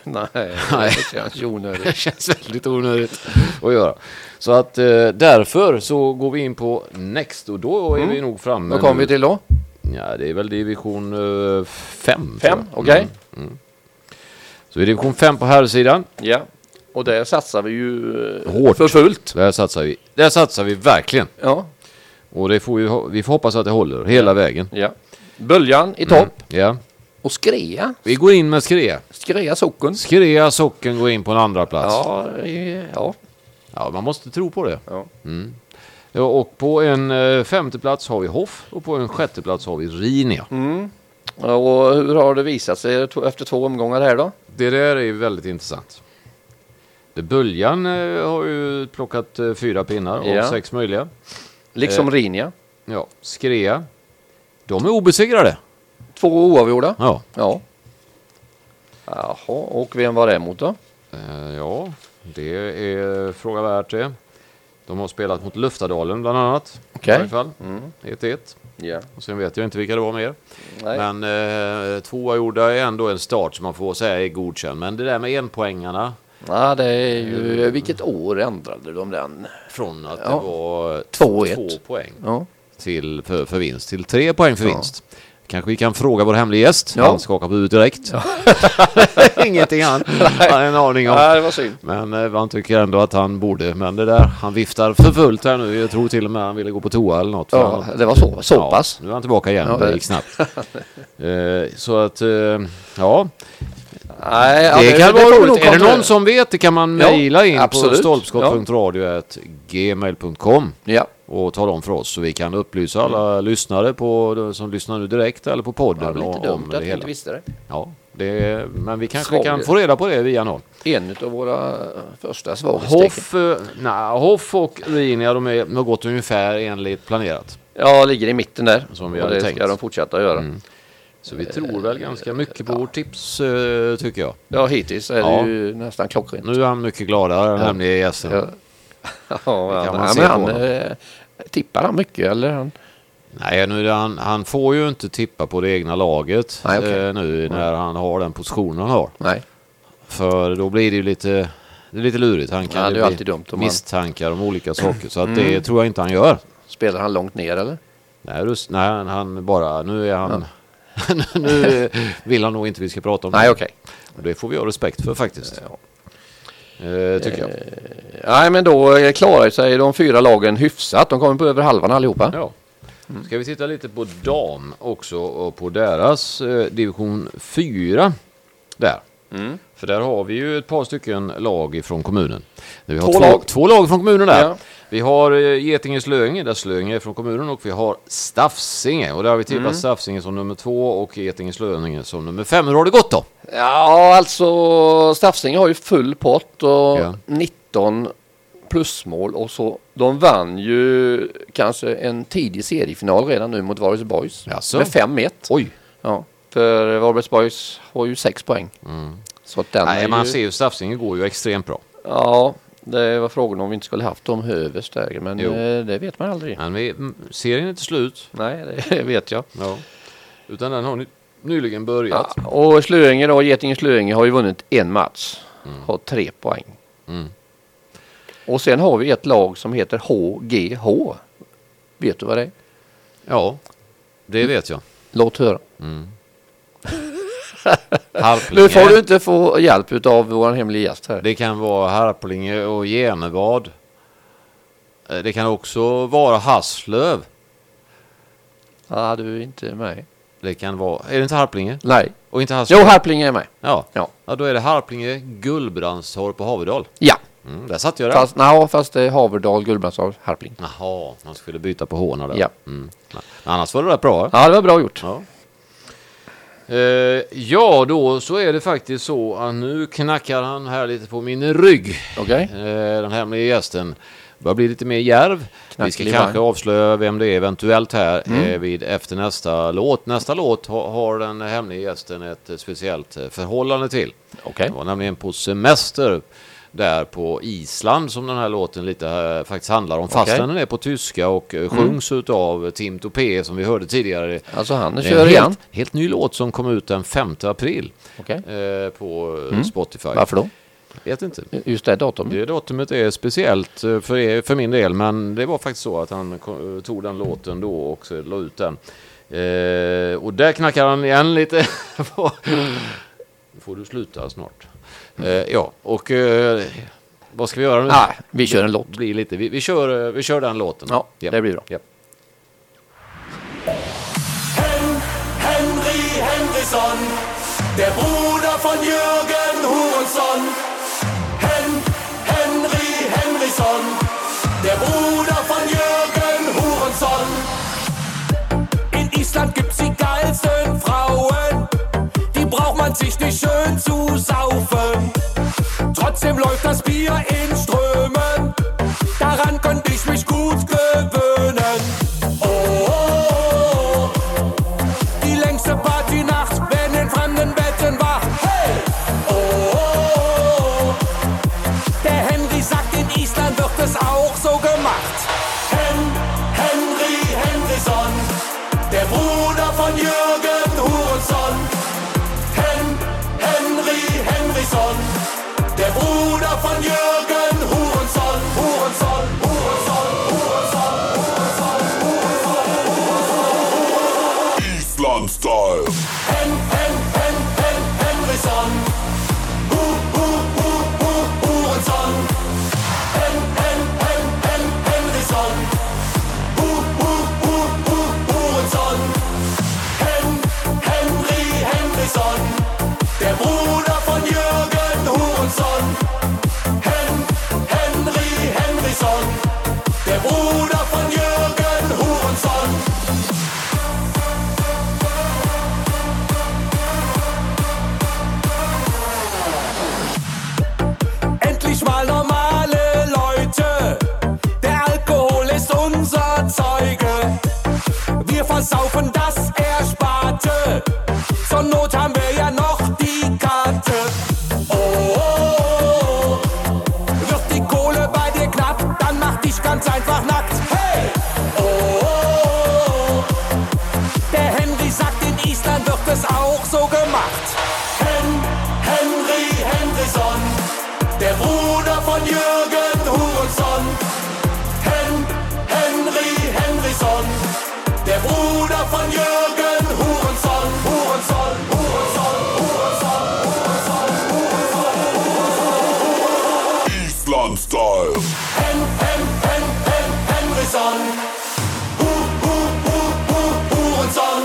[SPEAKER 2] nej,
[SPEAKER 1] Nej.
[SPEAKER 2] det känns ju
[SPEAKER 1] Det
[SPEAKER 2] onödigt.
[SPEAKER 1] känns väldigt onödigt att göra. Så att eh, därför så går vi in på Next och då är vi nog framme.
[SPEAKER 2] Vad kommer
[SPEAKER 1] nu.
[SPEAKER 2] vi till Mm. då?
[SPEAKER 1] Ja, det är väl division eh, 5.
[SPEAKER 2] Fem? Mm. Okej.
[SPEAKER 1] Mm. Så i division 5 på herrsidan.
[SPEAKER 2] Ja. Och där satsar vi ju eh,
[SPEAKER 1] Hårt.
[SPEAKER 2] för fullt.
[SPEAKER 1] Där satsar vi. Där satsar vi verkligen.
[SPEAKER 2] Ja.
[SPEAKER 1] Och det får vi, ho- vi får hoppas att det håller hela vägen.
[SPEAKER 2] ja. Böljan i topp.
[SPEAKER 1] Ja.
[SPEAKER 2] Mm. Och Skrea.
[SPEAKER 1] Vi går in med Skrea.
[SPEAKER 2] Skrea socken.
[SPEAKER 1] Skrea socken går in på en andra plats.
[SPEAKER 2] Ja, eh, ja.
[SPEAKER 1] Ja, man måste tro på det. Mm.
[SPEAKER 2] ja.
[SPEAKER 1] Ja, och på en eh, femte plats har vi Hoff och på en sjätte plats har vi Rinia.
[SPEAKER 2] Mm. Och hur har det visat sig efter två omgångar här då?
[SPEAKER 1] Det där är ju väldigt intressant. Det Böljan eh, har ju plockat eh, fyra pinnar av
[SPEAKER 2] Ja.
[SPEAKER 1] sex möjliga.
[SPEAKER 2] Liksom Rinja.
[SPEAKER 1] Ja, Skrea. De är obesegrade.
[SPEAKER 2] Två oavgjorda.
[SPEAKER 1] Ja.
[SPEAKER 2] Ja. Jaha, och vem var det mot då?
[SPEAKER 1] Eh, Ja, det är fråga värt det. De har spelat mot Luftadalen bland annat.
[SPEAKER 2] Okej.
[SPEAKER 1] I varje fall.
[SPEAKER 2] Mm.
[SPEAKER 1] 1-1.
[SPEAKER 2] Ja.
[SPEAKER 1] Och sen vet jag inte vilka det var mer.
[SPEAKER 2] Nej.
[SPEAKER 1] Men eh, två gjorda är ändå en start som man får säga är godkänd. Men det där med enpoängarna
[SPEAKER 2] Ja, det är ju... Vilket år ändrade de den?
[SPEAKER 1] från att
[SPEAKER 2] Ja.
[SPEAKER 1] det var
[SPEAKER 2] 2-1.
[SPEAKER 1] två poäng.
[SPEAKER 2] Ja.
[SPEAKER 1] till, för, för vinst till tre poäng för vinst. Kanske vi kan fråga vår hemliga gäst.
[SPEAKER 2] Ja.
[SPEAKER 1] Han skakar på huvudet direkt. Ingenting han han har en aning om.
[SPEAKER 2] ja, det var synd.
[SPEAKER 1] Men eh, man tycker ändå att han borde. Men det där, han viftar för fullt här nu. Jag tror till och med han ville gå på toa eller något. för
[SPEAKER 2] Ja,
[SPEAKER 1] han,
[SPEAKER 2] det var så, så
[SPEAKER 1] Ja,
[SPEAKER 2] pass.
[SPEAKER 1] Nu är han tillbaka igen.
[SPEAKER 2] Ja,
[SPEAKER 1] det
[SPEAKER 2] det-
[SPEAKER 1] gick snabbt. Eh, så att, eh, ja.
[SPEAKER 2] Nej, ja,
[SPEAKER 1] det kan
[SPEAKER 2] får
[SPEAKER 1] vara
[SPEAKER 2] vi
[SPEAKER 1] roligt.
[SPEAKER 2] nog
[SPEAKER 1] Är det
[SPEAKER 2] kontrollera.
[SPEAKER 1] någon som vet? Det kan man
[SPEAKER 2] Ja,
[SPEAKER 1] mejla in på
[SPEAKER 2] absolut.
[SPEAKER 1] stolpskott.radio.gmail.com
[SPEAKER 2] Ja.
[SPEAKER 1] och tala om för oss så vi kan upplysa alla lyssnare på, eh, som lyssnar nu direkt eller på
[SPEAKER 2] Mm. Det
[SPEAKER 1] podden
[SPEAKER 2] var lite
[SPEAKER 1] om
[SPEAKER 2] dumt
[SPEAKER 1] det
[SPEAKER 2] att vi inte
[SPEAKER 1] hela.
[SPEAKER 2] visste det.
[SPEAKER 1] Ja, det, men vi kanske
[SPEAKER 2] Svag.
[SPEAKER 1] kan få reda på det via någon.
[SPEAKER 2] En av våra eh, första svaghetstecken.
[SPEAKER 1] Hoff, eh, nej, Hoff och Rinia de är, de har gått ungefär enligt planerat.
[SPEAKER 2] Ja, ligger i mitten där.
[SPEAKER 1] Som vi
[SPEAKER 2] Och
[SPEAKER 1] hade
[SPEAKER 2] det
[SPEAKER 1] tänkt. Mm.
[SPEAKER 2] ska de fortsätta göra.
[SPEAKER 1] Så vi tror väl ganska mycket på vårt tips eh, tycker jag.
[SPEAKER 2] Ja, hittills är
[SPEAKER 1] Ja.
[SPEAKER 2] det ju nästan klockrent.
[SPEAKER 1] Nu är han mycket gladare den hemliga gästen.
[SPEAKER 2] Ja, ja,
[SPEAKER 1] Det kan man
[SPEAKER 2] han,
[SPEAKER 1] se
[SPEAKER 2] men
[SPEAKER 1] på
[SPEAKER 2] han
[SPEAKER 1] honom.
[SPEAKER 2] eh, tippar han mycket eller? Han,
[SPEAKER 1] Nej, nu är det han, han får ju inte tippa på det egna laget
[SPEAKER 2] Nej, okej.
[SPEAKER 1] eh, nu när han har den positionen han har.
[SPEAKER 2] nej,
[SPEAKER 1] För då blir det ju lite, det är lite lurigt. Han kan
[SPEAKER 2] Ja,
[SPEAKER 1] ju
[SPEAKER 2] det är
[SPEAKER 1] bli
[SPEAKER 2] alltid dumt om man- Mm.
[SPEAKER 1] misstankar om olika saker. Så att det tror jag inte han gör.
[SPEAKER 2] spelar han långt ner eller?
[SPEAKER 1] Nej, Rus- nej han- han bara, nu är han... nu vill han nog inte vi ska prata om
[SPEAKER 2] Nej,
[SPEAKER 1] det.
[SPEAKER 2] okej.
[SPEAKER 1] Och Det får vi ha respekt för faktiskt. Eh, tycker jag.
[SPEAKER 2] Nej, men då eh, klarar sig de fyra lagen hyfsat. De kommer på över halvan allihopa.
[SPEAKER 1] Ja. Ska vi titta lite på dam också och på deras eh, division 4 där.
[SPEAKER 2] Mm.
[SPEAKER 1] För där har vi ju ett par stycken lag ifrån kommunen. Vi har
[SPEAKER 2] Två lag.
[SPEAKER 1] två lag från kommunen där.
[SPEAKER 2] Ja.
[SPEAKER 1] Vi har eh, Getinge Slöinge, där Slöinge är från kommunen och vi har Staffsinge och där har vi
[SPEAKER 2] Mm.
[SPEAKER 1] tippat Staffsinge som nummer två och Getinge Slöinge som nummer fem. Hur har det gått då?
[SPEAKER 2] Ja, alltså Staffsinge har ju full pott och
[SPEAKER 1] Ja.
[SPEAKER 2] 19 plusmål och så de vann ju kanske en tidig seriefinal redan nu mot Varbergs
[SPEAKER 1] Jaså?
[SPEAKER 2] med 5-1.
[SPEAKER 1] Oj!
[SPEAKER 2] Ja, för Varbergs Boys har ju sex poäng. Så att den
[SPEAKER 1] Mm. Nej,
[SPEAKER 2] är
[SPEAKER 1] man
[SPEAKER 2] ju,
[SPEAKER 1] ser ju Staffsinge går ju extremt bra.
[SPEAKER 2] Ja, det var frågan om vi inte skulle haft dem överst där, men
[SPEAKER 1] Jo.
[SPEAKER 2] eh, det vet man aldrig.
[SPEAKER 1] Men vi, mm, serien är till slut.
[SPEAKER 2] Nej, det vet jag.
[SPEAKER 1] Ja. Utan den har ny, nyligen börjat.
[SPEAKER 2] Ja, och Slöinge då, Getinge Slöinge har ju vunnit en match,
[SPEAKER 1] Mm.
[SPEAKER 2] har tre poäng. Och sen har vi ett lag som heter HGH. Vet du vad det är?
[SPEAKER 1] Ja, det
[SPEAKER 2] Mm.
[SPEAKER 1] vet jag.
[SPEAKER 2] Låt höra.
[SPEAKER 1] Harplinge.
[SPEAKER 2] Nu får du inte få hjälp av vår hemliga gäst här.
[SPEAKER 1] Det kan vara Harplinge och Genevad. Eh, Det kan också vara Hasslöv.
[SPEAKER 2] Ja, du är inte med.
[SPEAKER 1] Det kan vara... Är det inte Harplinge?
[SPEAKER 2] Nej.
[SPEAKER 1] Och inte Hassel?
[SPEAKER 2] Jo, Harplinge är med.
[SPEAKER 1] Ja.
[SPEAKER 2] Ja.
[SPEAKER 1] ja, då är det Harplinge, Gullbrandstorp och Haverdal.
[SPEAKER 2] Ja.
[SPEAKER 1] Mm, där satt jag där.
[SPEAKER 2] Fast, no, fast det är Haverdal, Gullbrandsdal, Harplinge.
[SPEAKER 1] Jaha, man skulle byta på håna där.
[SPEAKER 2] Ja.
[SPEAKER 1] Mm. Men Annars var det rätt bra.
[SPEAKER 2] Ja, det var bra gjort.
[SPEAKER 1] Ja. Eh, ja, då så är det faktiskt så att nu knackar han här lite på min rygg.
[SPEAKER 2] Okej.
[SPEAKER 1] Eh, den hemliga gästen börjar bli lite mer järv. Vi ska
[SPEAKER 2] Knacklig Mm.
[SPEAKER 1] kanske
[SPEAKER 2] vagn.
[SPEAKER 1] avslöja vem det är eventuellt här eh, vid efter nästa låt. Nästa låt ha, har den hemliga gästen ett eh, speciellt eh, förhållande till.
[SPEAKER 2] Okej.
[SPEAKER 1] Det var nämligen på semester där på Island som den här låten lite eh, faktiskt handlar om. Fast
[SPEAKER 2] Okej. Mm.
[SPEAKER 1] den är på tyska och eh, sjungs utav Tim Topé som vi hörde tidigare.
[SPEAKER 2] Alltså han
[SPEAKER 1] Det är en
[SPEAKER 2] kör igen.
[SPEAKER 1] Helt, helt ny låt som kom ut den 5 april
[SPEAKER 2] Okej.
[SPEAKER 1] eh, på eh, Spotify.
[SPEAKER 2] Mm. Varför då?
[SPEAKER 1] Vet inte.
[SPEAKER 2] Just det datumet?
[SPEAKER 1] Det datumet är speciellt eh, för, er, för min del, men det var faktiskt så att han ko- eh, tog den låten då och så la ut den. Eh, och där knackar han igen lite. på- nu får du sluta snart. Eh, ja, och eh, vad ska vi göra nu?
[SPEAKER 2] Nej, vi kör en låt.
[SPEAKER 1] Det blir lite. Vi, vi, kör, eh, vi kör den låten.
[SPEAKER 2] Ja, det blir bra.
[SPEAKER 1] Ja.
[SPEAKER 4] Hen, Henry Henriksson, der Bruder von Jürgen Hurensohn. Hen, Henry Henriksson, der Bruder von Jürgen Hurensohn. In Island gibt's die geilsten Frauen, die braucht man sich nicht schön zu saufen. Trotzdem läuft das Bier in Strömen, daran konnte ich mich gut gewöhnen. Oh, oh, oh, oh. Die längste Partynacht, wenn in fremden Betten wach. Hey! Oh, oh, oh, oh. Der Henry sagt, in Island wird es auch so gemacht. Hen, Henry Henryson, der Bruder von Jürgen Hurenson. Hen, Henry Henryson, der Bruder von Jürgen Hurenson. Hurenson, Hurenson, Hurenson, Hurenson, Hurenson, Hurenson. Island Style. Hen, Hen, Hen, Hen, Henryson. Hu, Hu, Hu, Hu, Hurenson. Hen, Hen, Hen, Hen, Henryson. Hu, Hu, Hu, Hu, Hurenson. Hen, Henry Henryson. Der Bruder von Jürgen Hurenson. Hen, Henry Henryson. Der Bruder von Jürgen Hurenson. Endlich mal normale Leute. Der Alkohol ist unser Zeuge. Wir versaufen das Ersparte. Zur Not haben wir ja noch die Karte. Oh, oh, oh, oh. Wird die Kohle bei dir knapp, dann mach dich ganz einfach nackt. Hey! Oh, oh, oh, oh. Der Henry sagt, in Island wird es auch so gemacht. Hen, Henry Henryson, der Bruder von Jürgen Hurenson. Hen, Henry Henryson, der Bruder von Jürgen Hurenson. Hurenson, Hurenson, Hurenson, Hurenson, Hurenson, Hurenson. Island Style. Hen, Hen, Hen, Hen, Henryson. Hu, hu, hu, hu, Hurensohn.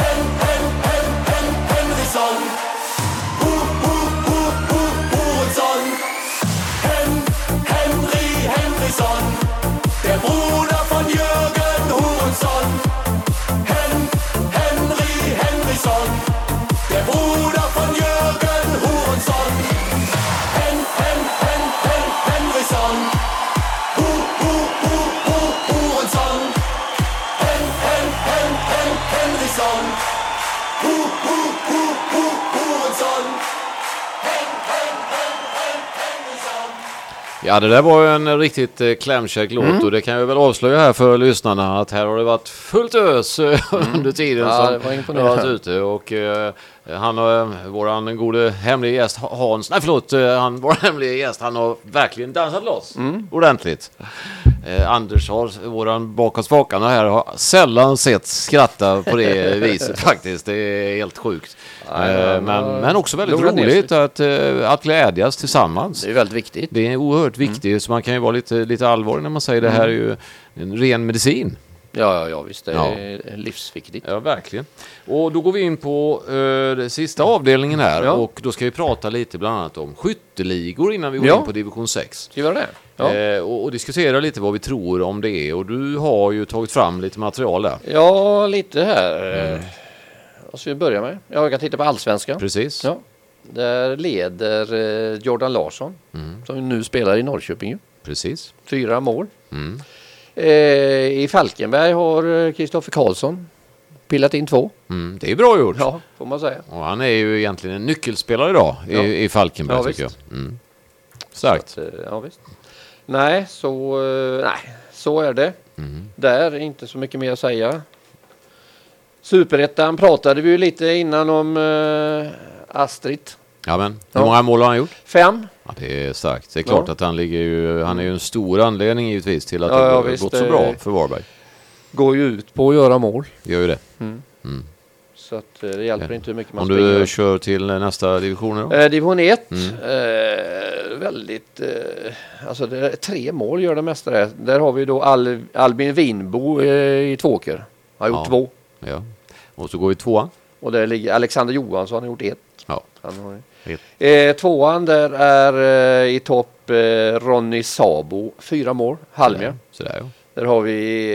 [SPEAKER 4] Hen, hen, hen, hen, Henrichson. Hu, hu, hu, hu, Hurensohn. Hen, Henry Henrichson. Der Bruder von Jürgen Hurensohn. Hen, Henry Henrichson. Der Bruder von Jürgen Hurensohn. Hen, hen, hen, hen, Henrichson. Hu, hu, hu, hu, Hurensohn. Hen, hen, hen, hen, Henrichson. Hu, hu, hu, hu, Hurensohn. Hen, hen, hen, hen, Henrichson.
[SPEAKER 1] Ja, det där var ju en riktigt eh, klämkäck
[SPEAKER 2] Mm.
[SPEAKER 1] låt och det kan jag väl avslöja här för lyssnarna att här har det varit fullt ös eh, under tiden
[SPEAKER 2] Mm. Ja, det
[SPEAKER 1] som
[SPEAKER 2] var
[SPEAKER 1] det
[SPEAKER 2] imponerande.
[SPEAKER 1] har varit ute och eh, han har, eh, våran gode hemlige gäst Ha- Hans, nej förlåt, eh, han, vår hemlige gäst, han har verkligen dansat loss
[SPEAKER 2] Mm.
[SPEAKER 1] ordentligt. Eh, Anders har, våran bakom spakarna här, har sällan sett skratta på det viset faktiskt. Det är helt sjukt. eh,
[SPEAKER 2] han
[SPEAKER 1] men,
[SPEAKER 2] har
[SPEAKER 1] men också väldigt
[SPEAKER 2] lugnat ner sig.
[SPEAKER 1] roligt att, eh, att glädjas tillsammans.
[SPEAKER 2] Det är väldigt viktigt.
[SPEAKER 1] Mm. Det är oerhört viktigt, så man kan ju vara lite, lite allvarlig när man säger det här är ju en ren medicin.
[SPEAKER 2] Ja, ja, ja visst. Det
[SPEAKER 1] Ja.
[SPEAKER 2] är livsviktigt.
[SPEAKER 1] Ja, verkligen. Och då går vi in på eh, den sista avdelningen här
[SPEAKER 2] Mm. Ja.
[SPEAKER 1] och då ska vi prata lite bland annat om skytteligor innan vi går
[SPEAKER 2] Ja.
[SPEAKER 1] in på division 6.
[SPEAKER 2] Ska vi göra det? Ja.
[SPEAKER 1] Eh, och, och diskutera lite vad vi tror om det och du har ju tagit fram lite material där.
[SPEAKER 2] ja, lite här. Mm. Vad ska vi börja med? Ja, jag kan titta på allsvenskan.
[SPEAKER 1] Precis.
[SPEAKER 2] Ja. Där leder eh, Jordan Larsson,
[SPEAKER 1] Mm.
[SPEAKER 2] som nu spelar i Norrköping. ju.
[SPEAKER 1] Precis.
[SPEAKER 2] Fyra mål.
[SPEAKER 1] Mm.
[SPEAKER 2] Eh, I Falkenberg har eh, Kristoffer Karlsson pillat in två.
[SPEAKER 1] Mm, det är bra gjort.
[SPEAKER 2] Ja, får man säga.
[SPEAKER 1] Och han är ju egentligen en nyckelspelare idag i,
[SPEAKER 2] Ja.
[SPEAKER 1] i Falkenberg
[SPEAKER 2] Ja,
[SPEAKER 1] tycker
[SPEAKER 2] visst.
[SPEAKER 1] jag. Mm. Starkt.
[SPEAKER 2] Eh, Ja, visst. Nej, så, eh, nej, så är det.
[SPEAKER 1] Mm.
[SPEAKER 2] Där, inte så mycket mer att säga. Superettan pratade vi ju lite innan om eh, Astrid.
[SPEAKER 1] Ja, men, hur
[SPEAKER 2] eh, Ja.
[SPEAKER 1] många mål har han gjort?
[SPEAKER 2] Fem.
[SPEAKER 1] Ja, det är starkt. Det är klart
[SPEAKER 2] Ja.
[SPEAKER 1] att han ligger ju, han är ju en stor anledning givetvis till att
[SPEAKER 2] Ja,
[SPEAKER 1] det
[SPEAKER 2] ja,
[SPEAKER 1] har
[SPEAKER 2] visst,
[SPEAKER 1] gått så
[SPEAKER 2] det-
[SPEAKER 1] bra för Varberg.
[SPEAKER 2] Går ju ut på att göra mål.
[SPEAKER 1] Gör ju det.
[SPEAKER 2] Så att, eh, det hjälper
[SPEAKER 1] Ja.
[SPEAKER 2] inte hur mycket man
[SPEAKER 1] Om
[SPEAKER 2] springer.
[SPEAKER 1] du kör till nästa division då? Mm.
[SPEAKER 2] Eh, division 1. Eh, väldigt... Eh, alltså det är tre mål gör det mesta där. Där har vi då Al, Albin Winbo eh, i Tvååker. Har gjort
[SPEAKER 1] Ja.
[SPEAKER 2] två.
[SPEAKER 1] Ja. Och så går vi tvåan.
[SPEAKER 2] Och där ligger Alexander Johansson har gjort ett.
[SPEAKER 1] Ja.
[SPEAKER 2] Han har,
[SPEAKER 1] Ett.
[SPEAKER 2] eh, tvåan där är eh, i topp eh, Ronny Sabo. Fyra mål. Halmia.
[SPEAKER 1] Sådär ja.
[SPEAKER 2] Där har vi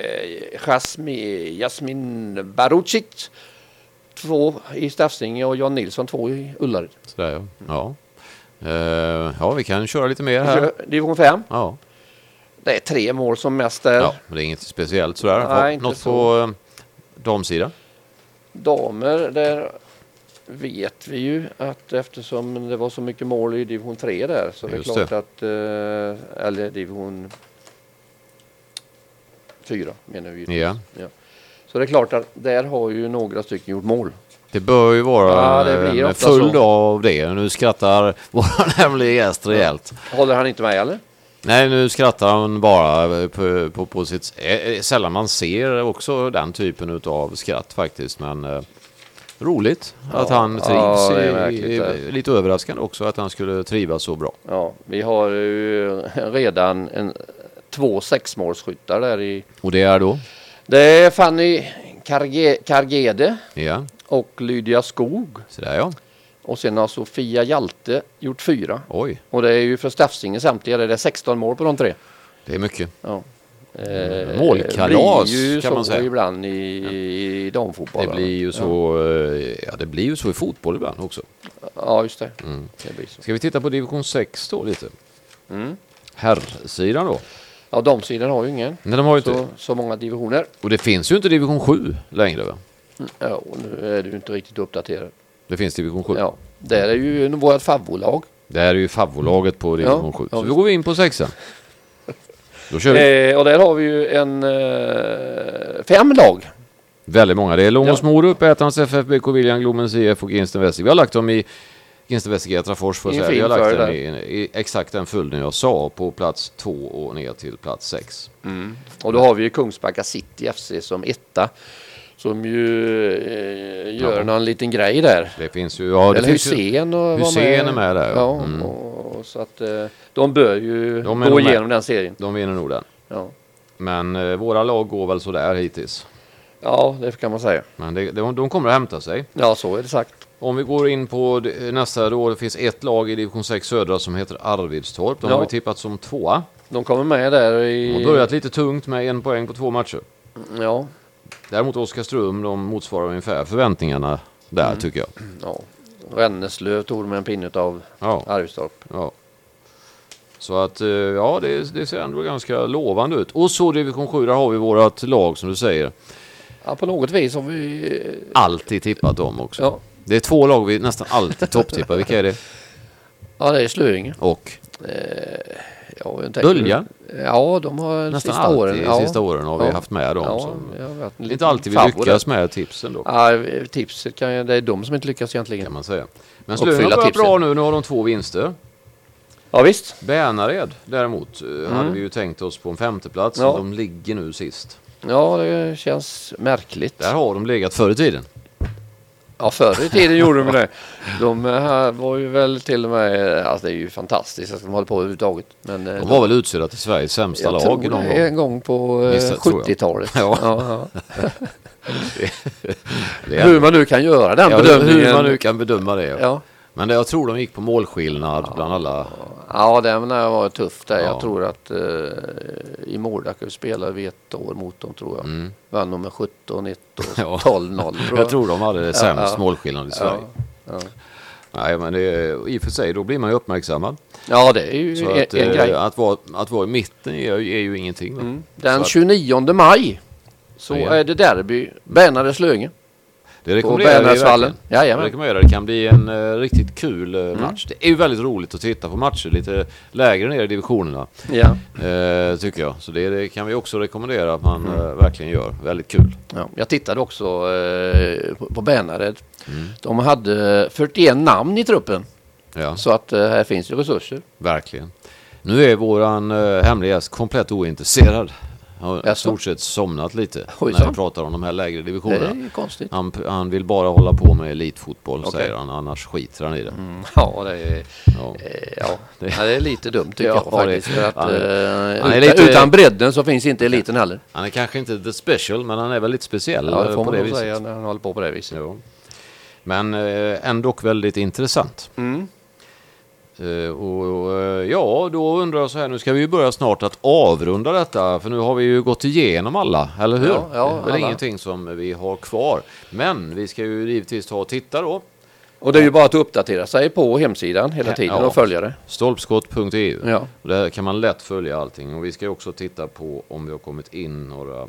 [SPEAKER 2] eh, Jasmi, Jasmin Barucic. Två i Staffsinge och Jan Nilsson två i Ullared.
[SPEAKER 1] Sådär ja. Ja. Eh, ja, vi kan köra lite mer här.
[SPEAKER 2] Division 5.
[SPEAKER 1] Ja,
[SPEAKER 2] Det är tre mål som mest där.
[SPEAKER 1] ja men det är inget speciellt sådär.
[SPEAKER 2] Nej,
[SPEAKER 1] Har-
[SPEAKER 2] inte
[SPEAKER 1] Något
[SPEAKER 2] så.
[SPEAKER 1] på eh, damsidan?
[SPEAKER 2] Damer, där vet vi ju att eftersom det var så mycket mål i division 3 där så det är
[SPEAKER 1] Just
[SPEAKER 2] klart
[SPEAKER 1] det.
[SPEAKER 2] att, eh, eller division 4 menar vi. ju.
[SPEAKER 1] Ja.
[SPEAKER 2] Så det är klart att där har ju några stycken gjort mål.
[SPEAKER 1] Det bör ju vara
[SPEAKER 2] Ja, det blir
[SPEAKER 1] en en
[SPEAKER 2] ofta
[SPEAKER 1] följd
[SPEAKER 2] så.
[SPEAKER 1] av det. Nu skrattar vår nämligen gäst rejält.
[SPEAKER 2] Håller han inte med eller?
[SPEAKER 1] Nej, nu skrattar han bara på, på, på sitt... eh, eh, Sällan man ser också den typen av skratt faktiskt, men... eh, Roligt att han trivs.
[SPEAKER 2] ja, det är
[SPEAKER 1] i-
[SPEAKER 2] verkligt,
[SPEAKER 1] i- lite överraskande också att han skulle trivas så bra.
[SPEAKER 2] Ja, vi har ju redan en, två sexmålsskyttar där i.
[SPEAKER 1] Och det är då?
[SPEAKER 2] Det är Fanny Karge, Kargede
[SPEAKER 1] Ja,
[SPEAKER 2] och Lydia Skog.
[SPEAKER 1] sådär ja.
[SPEAKER 2] Och sen har Sofia Hjalte gjort fyra.
[SPEAKER 1] Oj,
[SPEAKER 2] Och det är ju för Staffsinge samtliga, det är 16 mål på de tre.
[SPEAKER 1] det är mycket.
[SPEAKER 2] Ja.
[SPEAKER 1] Mm,
[SPEAKER 2] Eh,
[SPEAKER 1] målkalas,
[SPEAKER 2] blir ju
[SPEAKER 1] kan
[SPEAKER 2] så
[SPEAKER 1] man säga.
[SPEAKER 2] ibland i, i damfotboll.
[SPEAKER 1] Det blir ju så, eh, ja, det blir ju så i fotboll ibland också.
[SPEAKER 2] Ja, just det.
[SPEAKER 1] Mm.
[SPEAKER 2] det blir så.
[SPEAKER 1] Ska vi titta på division 6 då lite?
[SPEAKER 2] Mm.
[SPEAKER 1] Herrsidan då?
[SPEAKER 2] Ja, damsidan har ju ingen.
[SPEAKER 1] Nej, de har ju inte.
[SPEAKER 2] Så, så många divisioner.
[SPEAKER 1] Och det finns ju inte division 7 längre. Va?
[SPEAKER 2] Ja, och nu är du inte riktigt uppdaterad.
[SPEAKER 1] Det finns division 7.
[SPEAKER 2] Ja, där är ju vårt favoritlag.
[SPEAKER 1] Det här är ju favvolaget på division
[SPEAKER 2] Ja,
[SPEAKER 1] 7. Så
[SPEAKER 2] ja,
[SPEAKER 1] då
[SPEAKER 2] visst.
[SPEAKER 1] går vi in på sexan. Då kör vi.
[SPEAKER 2] Eh, och där har vi ju en eh, fem lag.
[SPEAKER 1] Väldigt många. Det är Långås
[SPEAKER 2] Ja.
[SPEAKER 1] Morup, Ätans FF, BK Viljan, Glommens IF och Ginsten Väsik. Vi har lagt dem i Ginsten Väsik, Etrafors får jag
[SPEAKER 2] I en
[SPEAKER 1] säga. Vi har
[SPEAKER 2] fin
[SPEAKER 1] lagt
[SPEAKER 2] följd
[SPEAKER 1] dem i, i exakt den följden jag sa. På plats 2 och ner till plats 6.
[SPEAKER 2] Och då har vi ju Kungsbacka City FC som etta. Som ju eh, gör
[SPEAKER 1] Ja.
[SPEAKER 2] någon liten grej där.
[SPEAKER 1] Det finns ju... Ja, det
[SPEAKER 2] Eller
[SPEAKER 1] finns ju-
[SPEAKER 2] Hussein och var
[SPEAKER 1] Hussein är med där, ja.
[SPEAKER 2] Ja,
[SPEAKER 1] Mm.
[SPEAKER 2] och, och så att eh, de bör ju
[SPEAKER 1] De är
[SPEAKER 2] gå
[SPEAKER 1] nog med.
[SPEAKER 2] igenom den serien.
[SPEAKER 1] De vinner nog den.
[SPEAKER 2] Ja.
[SPEAKER 1] Men eh, våra lag går väl sådär hittills.
[SPEAKER 2] ja, det kan man säga.
[SPEAKER 1] Men det, de, de kommer att hämta sig.
[SPEAKER 2] Ja, så är det sagt.
[SPEAKER 1] Om vi går in på d- nästa då. Det finns ett lag i division 6 södra som heter Arvidstorp. De har
[SPEAKER 2] Ja. Eh.
[SPEAKER 1] vi tippat som tvåa.
[SPEAKER 2] De kommer med där
[SPEAKER 1] De har
[SPEAKER 2] i...
[SPEAKER 1] börjat lite tungt med en poäng på två matcher.
[SPEAKER 2] Ja,
[SPEAKER 1] Däremot Oskarsström, de motsvarar ungefär förväntningarna där
[SPEAKER 2] Mm.
[SPEAKER 1] tycker jag.
[SPEAKER 2] ja. Ränneslöv tog de en pinne av
[SPEAKER 1] Ja,
[SPEAKER 2] Arvidstorp.
[SPEAKER 1] ja. Så att eh, ja, det, det ser ändå ganska lovande ut. Och så division 7, där har vi vårat lag som du säger.
[SPEAKER 2] Ja, på något vis har vi... eh,
[SPEAKER 1] Alltid tippat dem också.
[SPEAKER 2] Ja.
[SPEAKER 1] Det är två lag vi nästan alltid topptippar. Vilka är det?
[SPEAKER 2] Ja, det är Slöinge.
[SPEAKER 1] Och
[SPEAKER 2] Ja, jag tänker-
[SPEAKER 1] Bölja?
[SPEAKER 2] Ja, de har
[SPEAKER 1] Nästan
[SPEAKER 2] sista
[SPEAKER 1] alltid
[SPEAKER 2] åren.
[SPEAKER 1] i
[SPEAKER 2] ja.
[SPEAKER 1] sista åren har vi
[SPEAKER 2] Ja.
[SPEAKER 1] haft med dem
[SPEAKER 2] Ja,
[SPEAKER 1] som
[SPEAKER 2] jag har varit en
[SPEAKER 1] inte
[SPEAKER 2] liten
[SPEAKER 1] alltid vi
[SPEAKER 2] favorit.
[SPEAKER 1] lyckas med tipsen då.
[SPEAKER 2] Ja, tipset kan ju... Det är de som inte lyckas
[SPEAKER 1] Kan
[SPEAKER 2] egentligen.
[SPEAKER 1] man säga. Men
[SPEAKER 2] Uppfylla
[SPEAKER 1] Slöinge har börjat
[SPEAKER 2] tipsen.
[SPEAKER 1] bra nu, nu har de två vinster.
[SPEAKER 2] Ja, visst.
[SPEAKER 1] Bärnared däremot eh, hade vi ju tänkt oss på en femteplats,
[SPEAKER 2] Mm. Ja.
[SPEAKER 1] och de ligger nu sist.
[SPEAKER 2] Ja, det känns märkligt.
[SPEAKER 1] Där har de legat förr i tiden.
[SPEAKER 2] Ja, förr i tiden gjorde de det. De eh, här var ju väl till och med, alltså det är ju fantastiskt att de håller på överhuvudtaget. Men eh,
[SPEAKER 1] De var väl utsedda till Sveriges sämsta
[SPEAKER 2] jag
[SPEAKER 1] lag
[SPEAKER 2] tror
[SPEAKER 1] i någon
[SPEAKER 2] det
[SPEAKER 1] gång.
[SPEAKER 2] en gång på eh,
[SPEAKER 1] Visst, tror jag.
[SPEAKER 2] 70-talet.
[SPEAKER 1] Ja.
[SPEAKER 2] Ja, ja.
[SPEAKER 1] Det är-
[SPEAKER 2] Hur man nu kan göra den
[SPEAKER 1] ja,
[SPEAKER 2] bedömningen.
[SPEAKER 1] hur man nu kan bedöma det. Ja.
[SPEAKER 2] Ja.
[SPEAKER 1] Men det, jag tror de gick på målskillnad bland alla.
[SPEAKER 2] Ja, den där var tuff där.
[SPEAKER 1] Ja.
[SPEAKER 2] Jag tror att eh, i Mårdacker spelade vi ett år mot dem tror jag. Vann de med 17, 19,
[SPEAKER 1] Mm. Ja.
[SPEAKER 2] 12, 0 tror
[SPEAKER 1] Jag tror de hade det sämst
[SPEAKER 2] ja.
[SPEAKER 1] målskillnad i Sverige.
[SPEAKER 2] Ja,
[SPEAKER 1] Nej, men det, är- i och för sig, då blir man ju uppmärksammad.
[SPEAKER 2] ja det är ju
[SPEAKER 1] Så
[SPEAKER 2] en,
[SPEAKER 1] att,
[SPEAKER 2] en
[SPEAKER 1] eh,
[SPEAKER 2] grej. Mm.
[SPEAKER 1] att, vara, att vara i mitten är, ju- är ju ingenting. va?
[SPEAKER 2] Den
[SPEAKER 1] att-
[SPEAKER 2] 29 maj så
[SPEAKER 1] Ja.
[SPEAKER 2] är det derby Bernare-Slöinge.
[SPEAKER 1] Det rekommenderar jag ju
[SPEAKER 2] Bernhardsvallen.
[SPEAKER 1] verkligen.
[SPEAKER 2] Jajamän. Mm.
[SPEAKER 1] Jag rekommenderar. Det kan bli en eh, riktigt kul eh, match. Det är ju väldigt roligt att titta på matcher lite lägre ner i divisionerna.
[SPEAKER 2] Ja.
[SPEAKER 1] Eh, tycker jag. Så det, det kan vi också rekommendera att man
[SPEAKER 2] Mm.
[SPEAKER 1] eh, verkligen gör. Väldigt kul.
[SPEAKER 2] Ja, jag tittade också eh, på- på Bernare.
[SPEAKER 1] Mm.
[SPEAKER 2] De hade 41 namn i truppen.
[SPEAKER 1] Ja, Mm.
[SPEAKER 2] Så att eh, här finns ju resurser.
[SPEAKER 1] verkligen. Nu är våran eh, hemliga gäst komplett ointresserad. Har i
[SPEAKER 2] Jaså?
[SPEAKER 1] stort sett somnat lite
[SPEAKER 2] Hojsan.
[SPEAKER 1] när vi pratar om de här lägre
[SPEAKER 2] Det
[SPEAKER 1] divisionerna.
[SPEAKER 2] är ju konstigt.
[SPEAKER 1] Han, han vill bara hålla på med elitfotboll
[SPEAKER 2] Okej. Mm.
[SPEAKER 1] säger han, annars skiter han i det.
[SPEAKER 2] Ja, det är,
[SPEAKER 1] Ja.
[SPEAKER 2] eh, ja. Det, ja, det är lite dumt tycker
[SPEAKER 1] Ja,
[SPEAKER 2] jag faktiskt.
[SPEAKER 1] det-
[SPEAKER 2] För att,
[SPEAKER 1] han
[SPEAKER 2] eh,
[SPEAKER 1] han är
[SPEAKER 2] utan,
[SPEAKER 1] lite-
[SPEAKER 2] utan bredden så finns inte eliten heller.
[SPEAKER 1] Han är kanske inte the special, men han är väldigt speciell
[SPEAKER 2] Ja, det
[SPEAKER 1] eh,
[SPEAKER 2] får
[SPEAKER 1] på
[SPEAKER 2] man
[SPEAKER 1] det
[SPEAKER 2] nog
[SPEAKER 1] viset.
[SPEAKER 2] säga när han håller på på det viset.
[SPEAKER 1] Ja. Men eh, ändå väldigt intressant.
[SPEAKER 2] Mm.
[SPEAKER 1] Eh, och, och, eh, ja, då undrar jag så här, nu ska vi ju börja snart att avrunda detta, för nu har vi ju gått igenom alla, eller hur?
[SPEAKER 2] Ja, ja,
[SPEAKER 1] det är väl
[SPEAKER 2] alla.
[SPEAKER 1] ingenting som vi har kvar. Men vi ska ju givetvis ta och titta då.
[SPEAKER 2] Och det är ju bara att uppdatera sig på hemsidan hela tiden
[SPEAKER 1] Ja.
[SPEAKER 2] och följa det.
[SPEAKER 1] Stolpskott.eu.
[SPEAKER 2] Ja.
[SPEAKER 1] Och Där kan man lätt följa allting. Och vi ska ju också titta på om vi har kommit in några eh,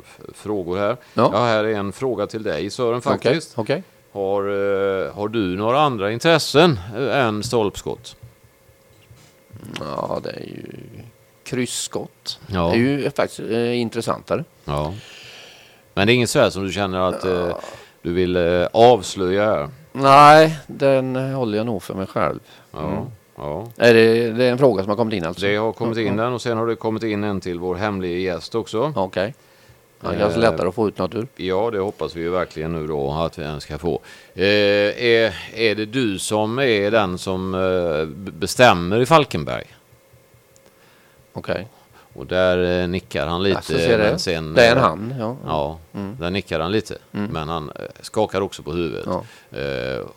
[SPEAKER 1] f- frågor här. Ja.
[SPEAKER 2] Ja.
[SPEAKER 1] här är en fråga till dig Sören
[SPEAKER 2] Okej.
[SPEAKER 1] faktiskt.
[SPEAKER 2] okej.
[SPEAKER 1] Har, eh, har du några andra intressen eh, än stolpskott?
[SPEAKER 2] Ja, det är ju kryssskott.
[SPEAKER 1] Ja.
[SPEAKER 2] Det är ju faktiskt eh, intressantare.
[SPEAKER 1] Ja. Men det är inget så här som du känner att eh, du vill eh, avslöja här?
[SPEAKER 2] Nej, den håller jag nog för mig själv.
[SPEAKER 1] Ja.
[SPEAKER 2] Mm.
[SPEAKER 1] ja.
[SPEAKER 2] Är det, det är en fråga som har kommit in alltså?
[SPEAKER 1] Det har kommit in den och sen har det kommit in en till vår hemliga gäst också.
[SPEAKER 2] Okej. Ja, Det är kanske
[SPEAKER 1] Eh,
[SPEAKER 2] lättare att få ut något ur.
[SPEAKER 1] Ja, det hoppas vi ju verkligen nu då att vi ens ska få. Eh, är, är det du som är den som eh, b- bestämmer i Falkenberg?
[SPEAKER 2] Okej.
[SPEAKER 1] Och där eh, nickar han lite.
[SPEAKER 2] Alltså, ser
[SPEAKER 1] men
[SPEAKER 2] det.
[SPEAKER 1] sen,
[SPEAKER 2] det är en
[SPEAKER 1] eh,
[SPEAKER 2] han. Mm. Ja.
[SPEAKER 1] Ja, där nickar han lite. Men han eh, skakar också på huvudet. Eh,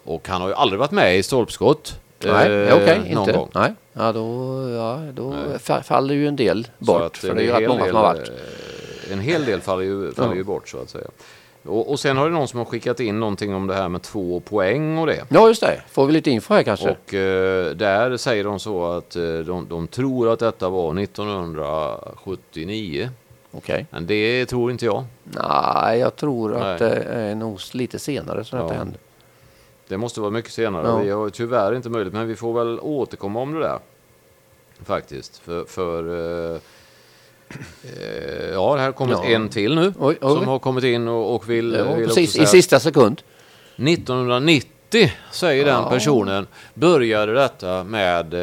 [SPEAKER 1] och han har ju aldrig varit med i stolpskott.
[SPEAKER 2] Nej,
[SPEAKER 1] eh,
[SPEAKER 2] det är okej.
[SPEAKER 1] någon
[SPEAKER 2] inte.
[SPEAKER 1] gång.
[SPEAKER 2] Nej. Ja, då, ja, då fa- faller ju en del
[SPEAKER 1] Så
[SPEAKER 2] bort.
[SPEAKER 1] att, eh,
[SPEAKER 2] för det är ju
[SPEAKER 1] en
[SPEAKER 2] rätt många
[SPEAKER 1] hel
[SPEAKER 2] som har varit.
[SPEAKER 1] del, eh, En hel del faller ju, faller ju bort så att säga. Och, och sen har det någon som har skickat in någonting om det här med två poäng och det.
[SPEAKER 2] Ja, just det. Får vi lite info här kanske?
[SPEAKER 1] Och eh, där säger de så att eh, de, de tror att detta var 1979.
[SPEAKER 2] Okej.
[SPEAKER 1] Men det tror inte jag.
[SPEAKER 2] Nej, jag tror att
[SPEAKER 1] Nej.
[SPEAKER 2] det är nog lite senare som detta
[SPEAKER 1] Ja.
[SPEAKER 2] händer.
[SPEAKER 1] Det måste vara mycket senare.
[SPEAKER 2] Ja.
[SPEAKER 1] Vi har tyvärr inte möjlighet, men vi får väl återkomma om det där. Faktiskt. För, för eh, eh, ja, det här har kommit
[SPEAKER 2] Ja.
[SPEAKER 1] en till nu.
[SPEAKER 2] Oj, oj.
[SPEAKER 1] Som har kommit in och, och vill,
[SPEAKER 2] Det var
[SPEAKER 1] vill
[SPEAKER 2] precis
[SPEAKER 1] också
[SPEAKER 2] i
[SPEAKER 1] säga att
[SPEAKER 2] sista sekund.
[SPEAKER 1] 1990 säger den
[SPEAKER 2] Ja.
[SPEAKER 1] personen började detta med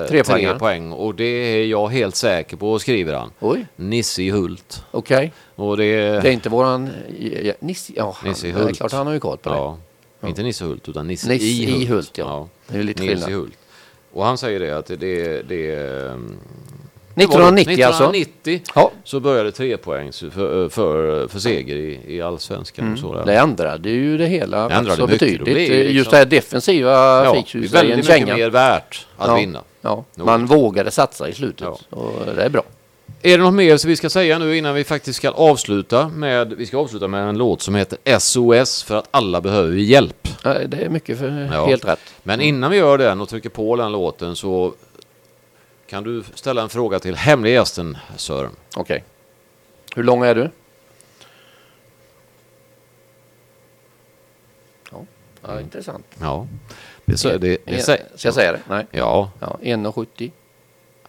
[SPEAKER 1] eh, tre,
[SPEAKER 2] poängar.
[SPEAKER 1] poäng. Och det är jag helt säker på, skriver han.
[SPEAKER 2] Oj,
[SPEAKER 1] Nissi Hult.
[SPEAKER 2] okej.
[SPEAKER 1] Och det,
[SPEAKER 2] Det är inte våran... eh, Ja, ja, Nisse, ja, han,
[SPEAKER 1] Nisse
[SPEAKER 2] Det är
[SPEAKER 1] Hult.
[SPEAKER 2] klart han har ju koll på det.
[SPEAKER 1] Ja. Inte Nisse Hult utan Nisse,
[SPEAKER 2] Nisse
[SPEAKER 1] I Hult.
[SPEAKER 2] I Hult, ja. Det är ju lite
[SPEAKER 1] Nils
[SPEAKER 2] skillnad.
[SPEAKER 1] I Hult. Och han säger det att det, det, det ehm,
[SPEAKER 2] 1990
[SPEAKER 1] det var
[SPEAKER 2] alltså.
[SPEAKER 1] 1990
[SPEAKER 2] Ja.
[SPEAKER 1] så började tre poäng för, eh, för, för seger i, i allsvenskan. och så där.
[SPEAKER 2] Mm. Det ändrade ju det hela
[SPEAKER 1] Det ändrade
[SPEAKER 2] så
[SPEAKER 1] mycket.
[SPEAKER 2] betydligt.
[SPEAKER 1] Det blev ju liksom-
[SPEAKER 2] Just det här defensiva
[SPEAKER 1] ja,
[SPEAKER 2] fick
[SPEAKER 1] det är
[SPEAKER 2] ju sig en
[SPEAKER 1] väldigt mycket
[SPEAKER 2] känga.
[SPEAKER 1] mer värt att vinna.
[SPEAKER 2] Ja.
[SPEAKER 1] Nog.
[SPEAKER 2] Man vågade satsa i slutet
[SPEAKER 1] Ja.
[SPEAKER 2] och det är bra.
[SPEAKER 1] Är det något mer som vi ska säga nu innan vi faktiskt ska avsluta med? Vi ska avsluta med en låt som heter SOS för att alla behöver hjälp.
[SPEAKER 2] Ja, Det är mycket för
[SPEAKER 1] Ja.
[SPEAKER 2] helt rätt.
[SPEAKER 1] Men innan vi gör den och trycker på den låten så kan du ställa en fråga till hemliga gästen Sören.
[SPEAKER 2] Okej. Hur lång är du? Ja, ja intressant.
[SPEAKER 1] Ja, det, Mm. så, det, det sä-
[SPEAKER 2] Ska jag säga det? Nej.
[SPEAKER 1] Ja,
[SPEAKER 2] Ja, 1,70.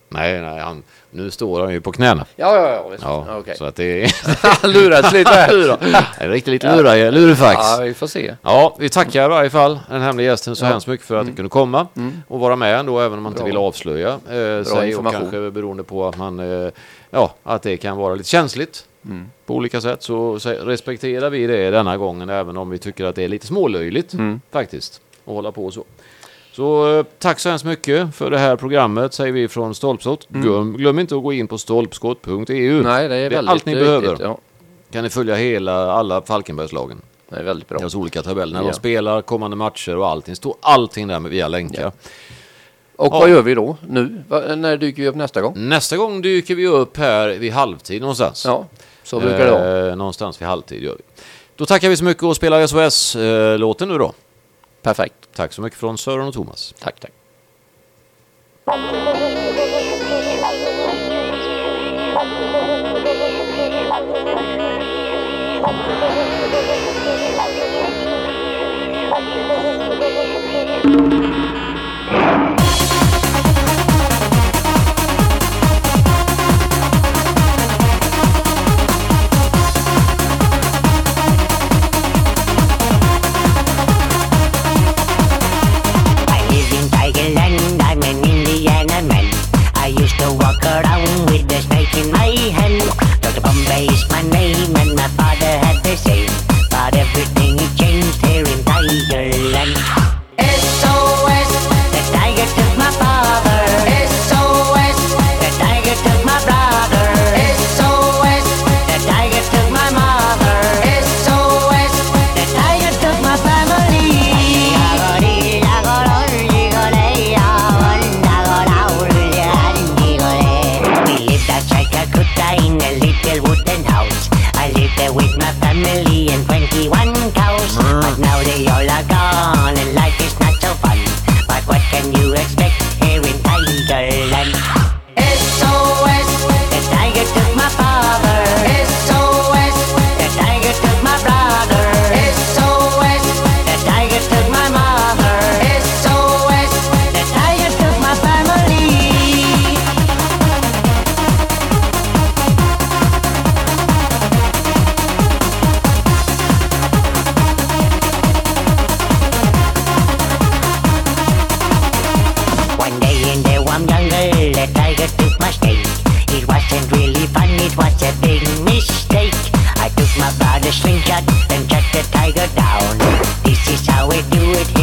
[SPEAKER 1] nej, nej, han, nu står han ju på knäna.
[SPEAKER 2] Ja, ja, ja. Visst.
[SPEAKER 1] Ja,
[SPEAKER 2] Ja, Ah, okej.
[SPEAKER 1] så att det är
[SPEAKER 2] Han luras lite här.
[SPEAKER 1] en riktigt lite lura, lurifax.
[SPEAKER 2] Ja, vi får se.
[SPEAKER 1] Ja, vi tackar i varje fall den hemliga gästen så hemskt mycket för att han kunde komma och vara med ändå, även om man inte
[SPEAKER 2] Mm. Bra.
[SPEAKER 1] vill avslöja eh, sig och
[SPEAKER 2] information.
[SPEAKER 1] kanske beroende på att man, eh, ja, att det kan vara lite känsligt
[SPEAKER 2] Mm.
[SPEAKER 1] på olika sätt så sä- respekterar vi det denna gången även om vi tycker att det är lite smålöjligt
[SPEAKER 2] Mm.
[SPEAKER 1] faktiskt att hålla på så. Så eh, tack så hemskt mycket för det här programmet säger vi från Stolpskott. Glöm, glöm inte att gå in på stolpskott.eu.
[SPEAKER 2] Mm. Nej, det är
[SPEAKER 1] Det är
[SPEAKER 2] väldigt
[SPEAKER 1] allt ni
[SPEAKER 2] viktigt,
[SPEAKER 1] behöver.
[SPEAKER 2] Ja,
[SPEAKER 1] Kan ni följa hela alla Falkenbergslagen.
[SPEAKER 2] det är väldigt bra.
[SPEAKER 1] Deras olika tabeller när
[SPEAKER 2] Ja.
[SPEAKER 1] de spelar, kommande matcher och allting. Står allting där med via länkar.
[SPEAKER 2] Och
[SPEAKER 1] Ja.
[SPEAKER 2] vad gör vi då nu? Va, när dyker vi upp nästa gång?
[SPEAKER 1] Nästa gång dyker vi upp här vid halvtid någonstans.
[SPEAKER 2] Ja, så brukar det vara.
[SPEAKER 1] Eh, någonstans vid halvtid gör vi. Då tackar vi så mycket och spelar SOS-låten Eh, nu då.
[SPEAKER 2] Perfekt.
[SPEAKER 1] Tack så mycket från Sören och Thomas.
[SPEAKER 2] Tack, tack.
[SPEAKER 6] I live in Tigerland, I'm an Indiana man. I used to walk around with a snake in my hand. Dr. Bombay is my name, and my father had the same. But everything it changed here in Tigerland. SOS, the tiger took my father. SOS, the tiger took my brother. SOS, the tiger took my mother. SOS, the tiger took my family. We lived outside Calcutta in a little wooden house. I lived there with my family and 21 cows. But now they all are gone and life is not so fun. But what can you expect here in Tigerland? SOS, the tiger took my father. SOS, the tiger took my brother. SOS, the tiger took my mother. SOS, the tiger took my family. One day in the warm jungle, a tiger took my snake. It wasn't really fun, it was a big mistake. I took my brother's slingshot and shut the tiger down. This is how we do it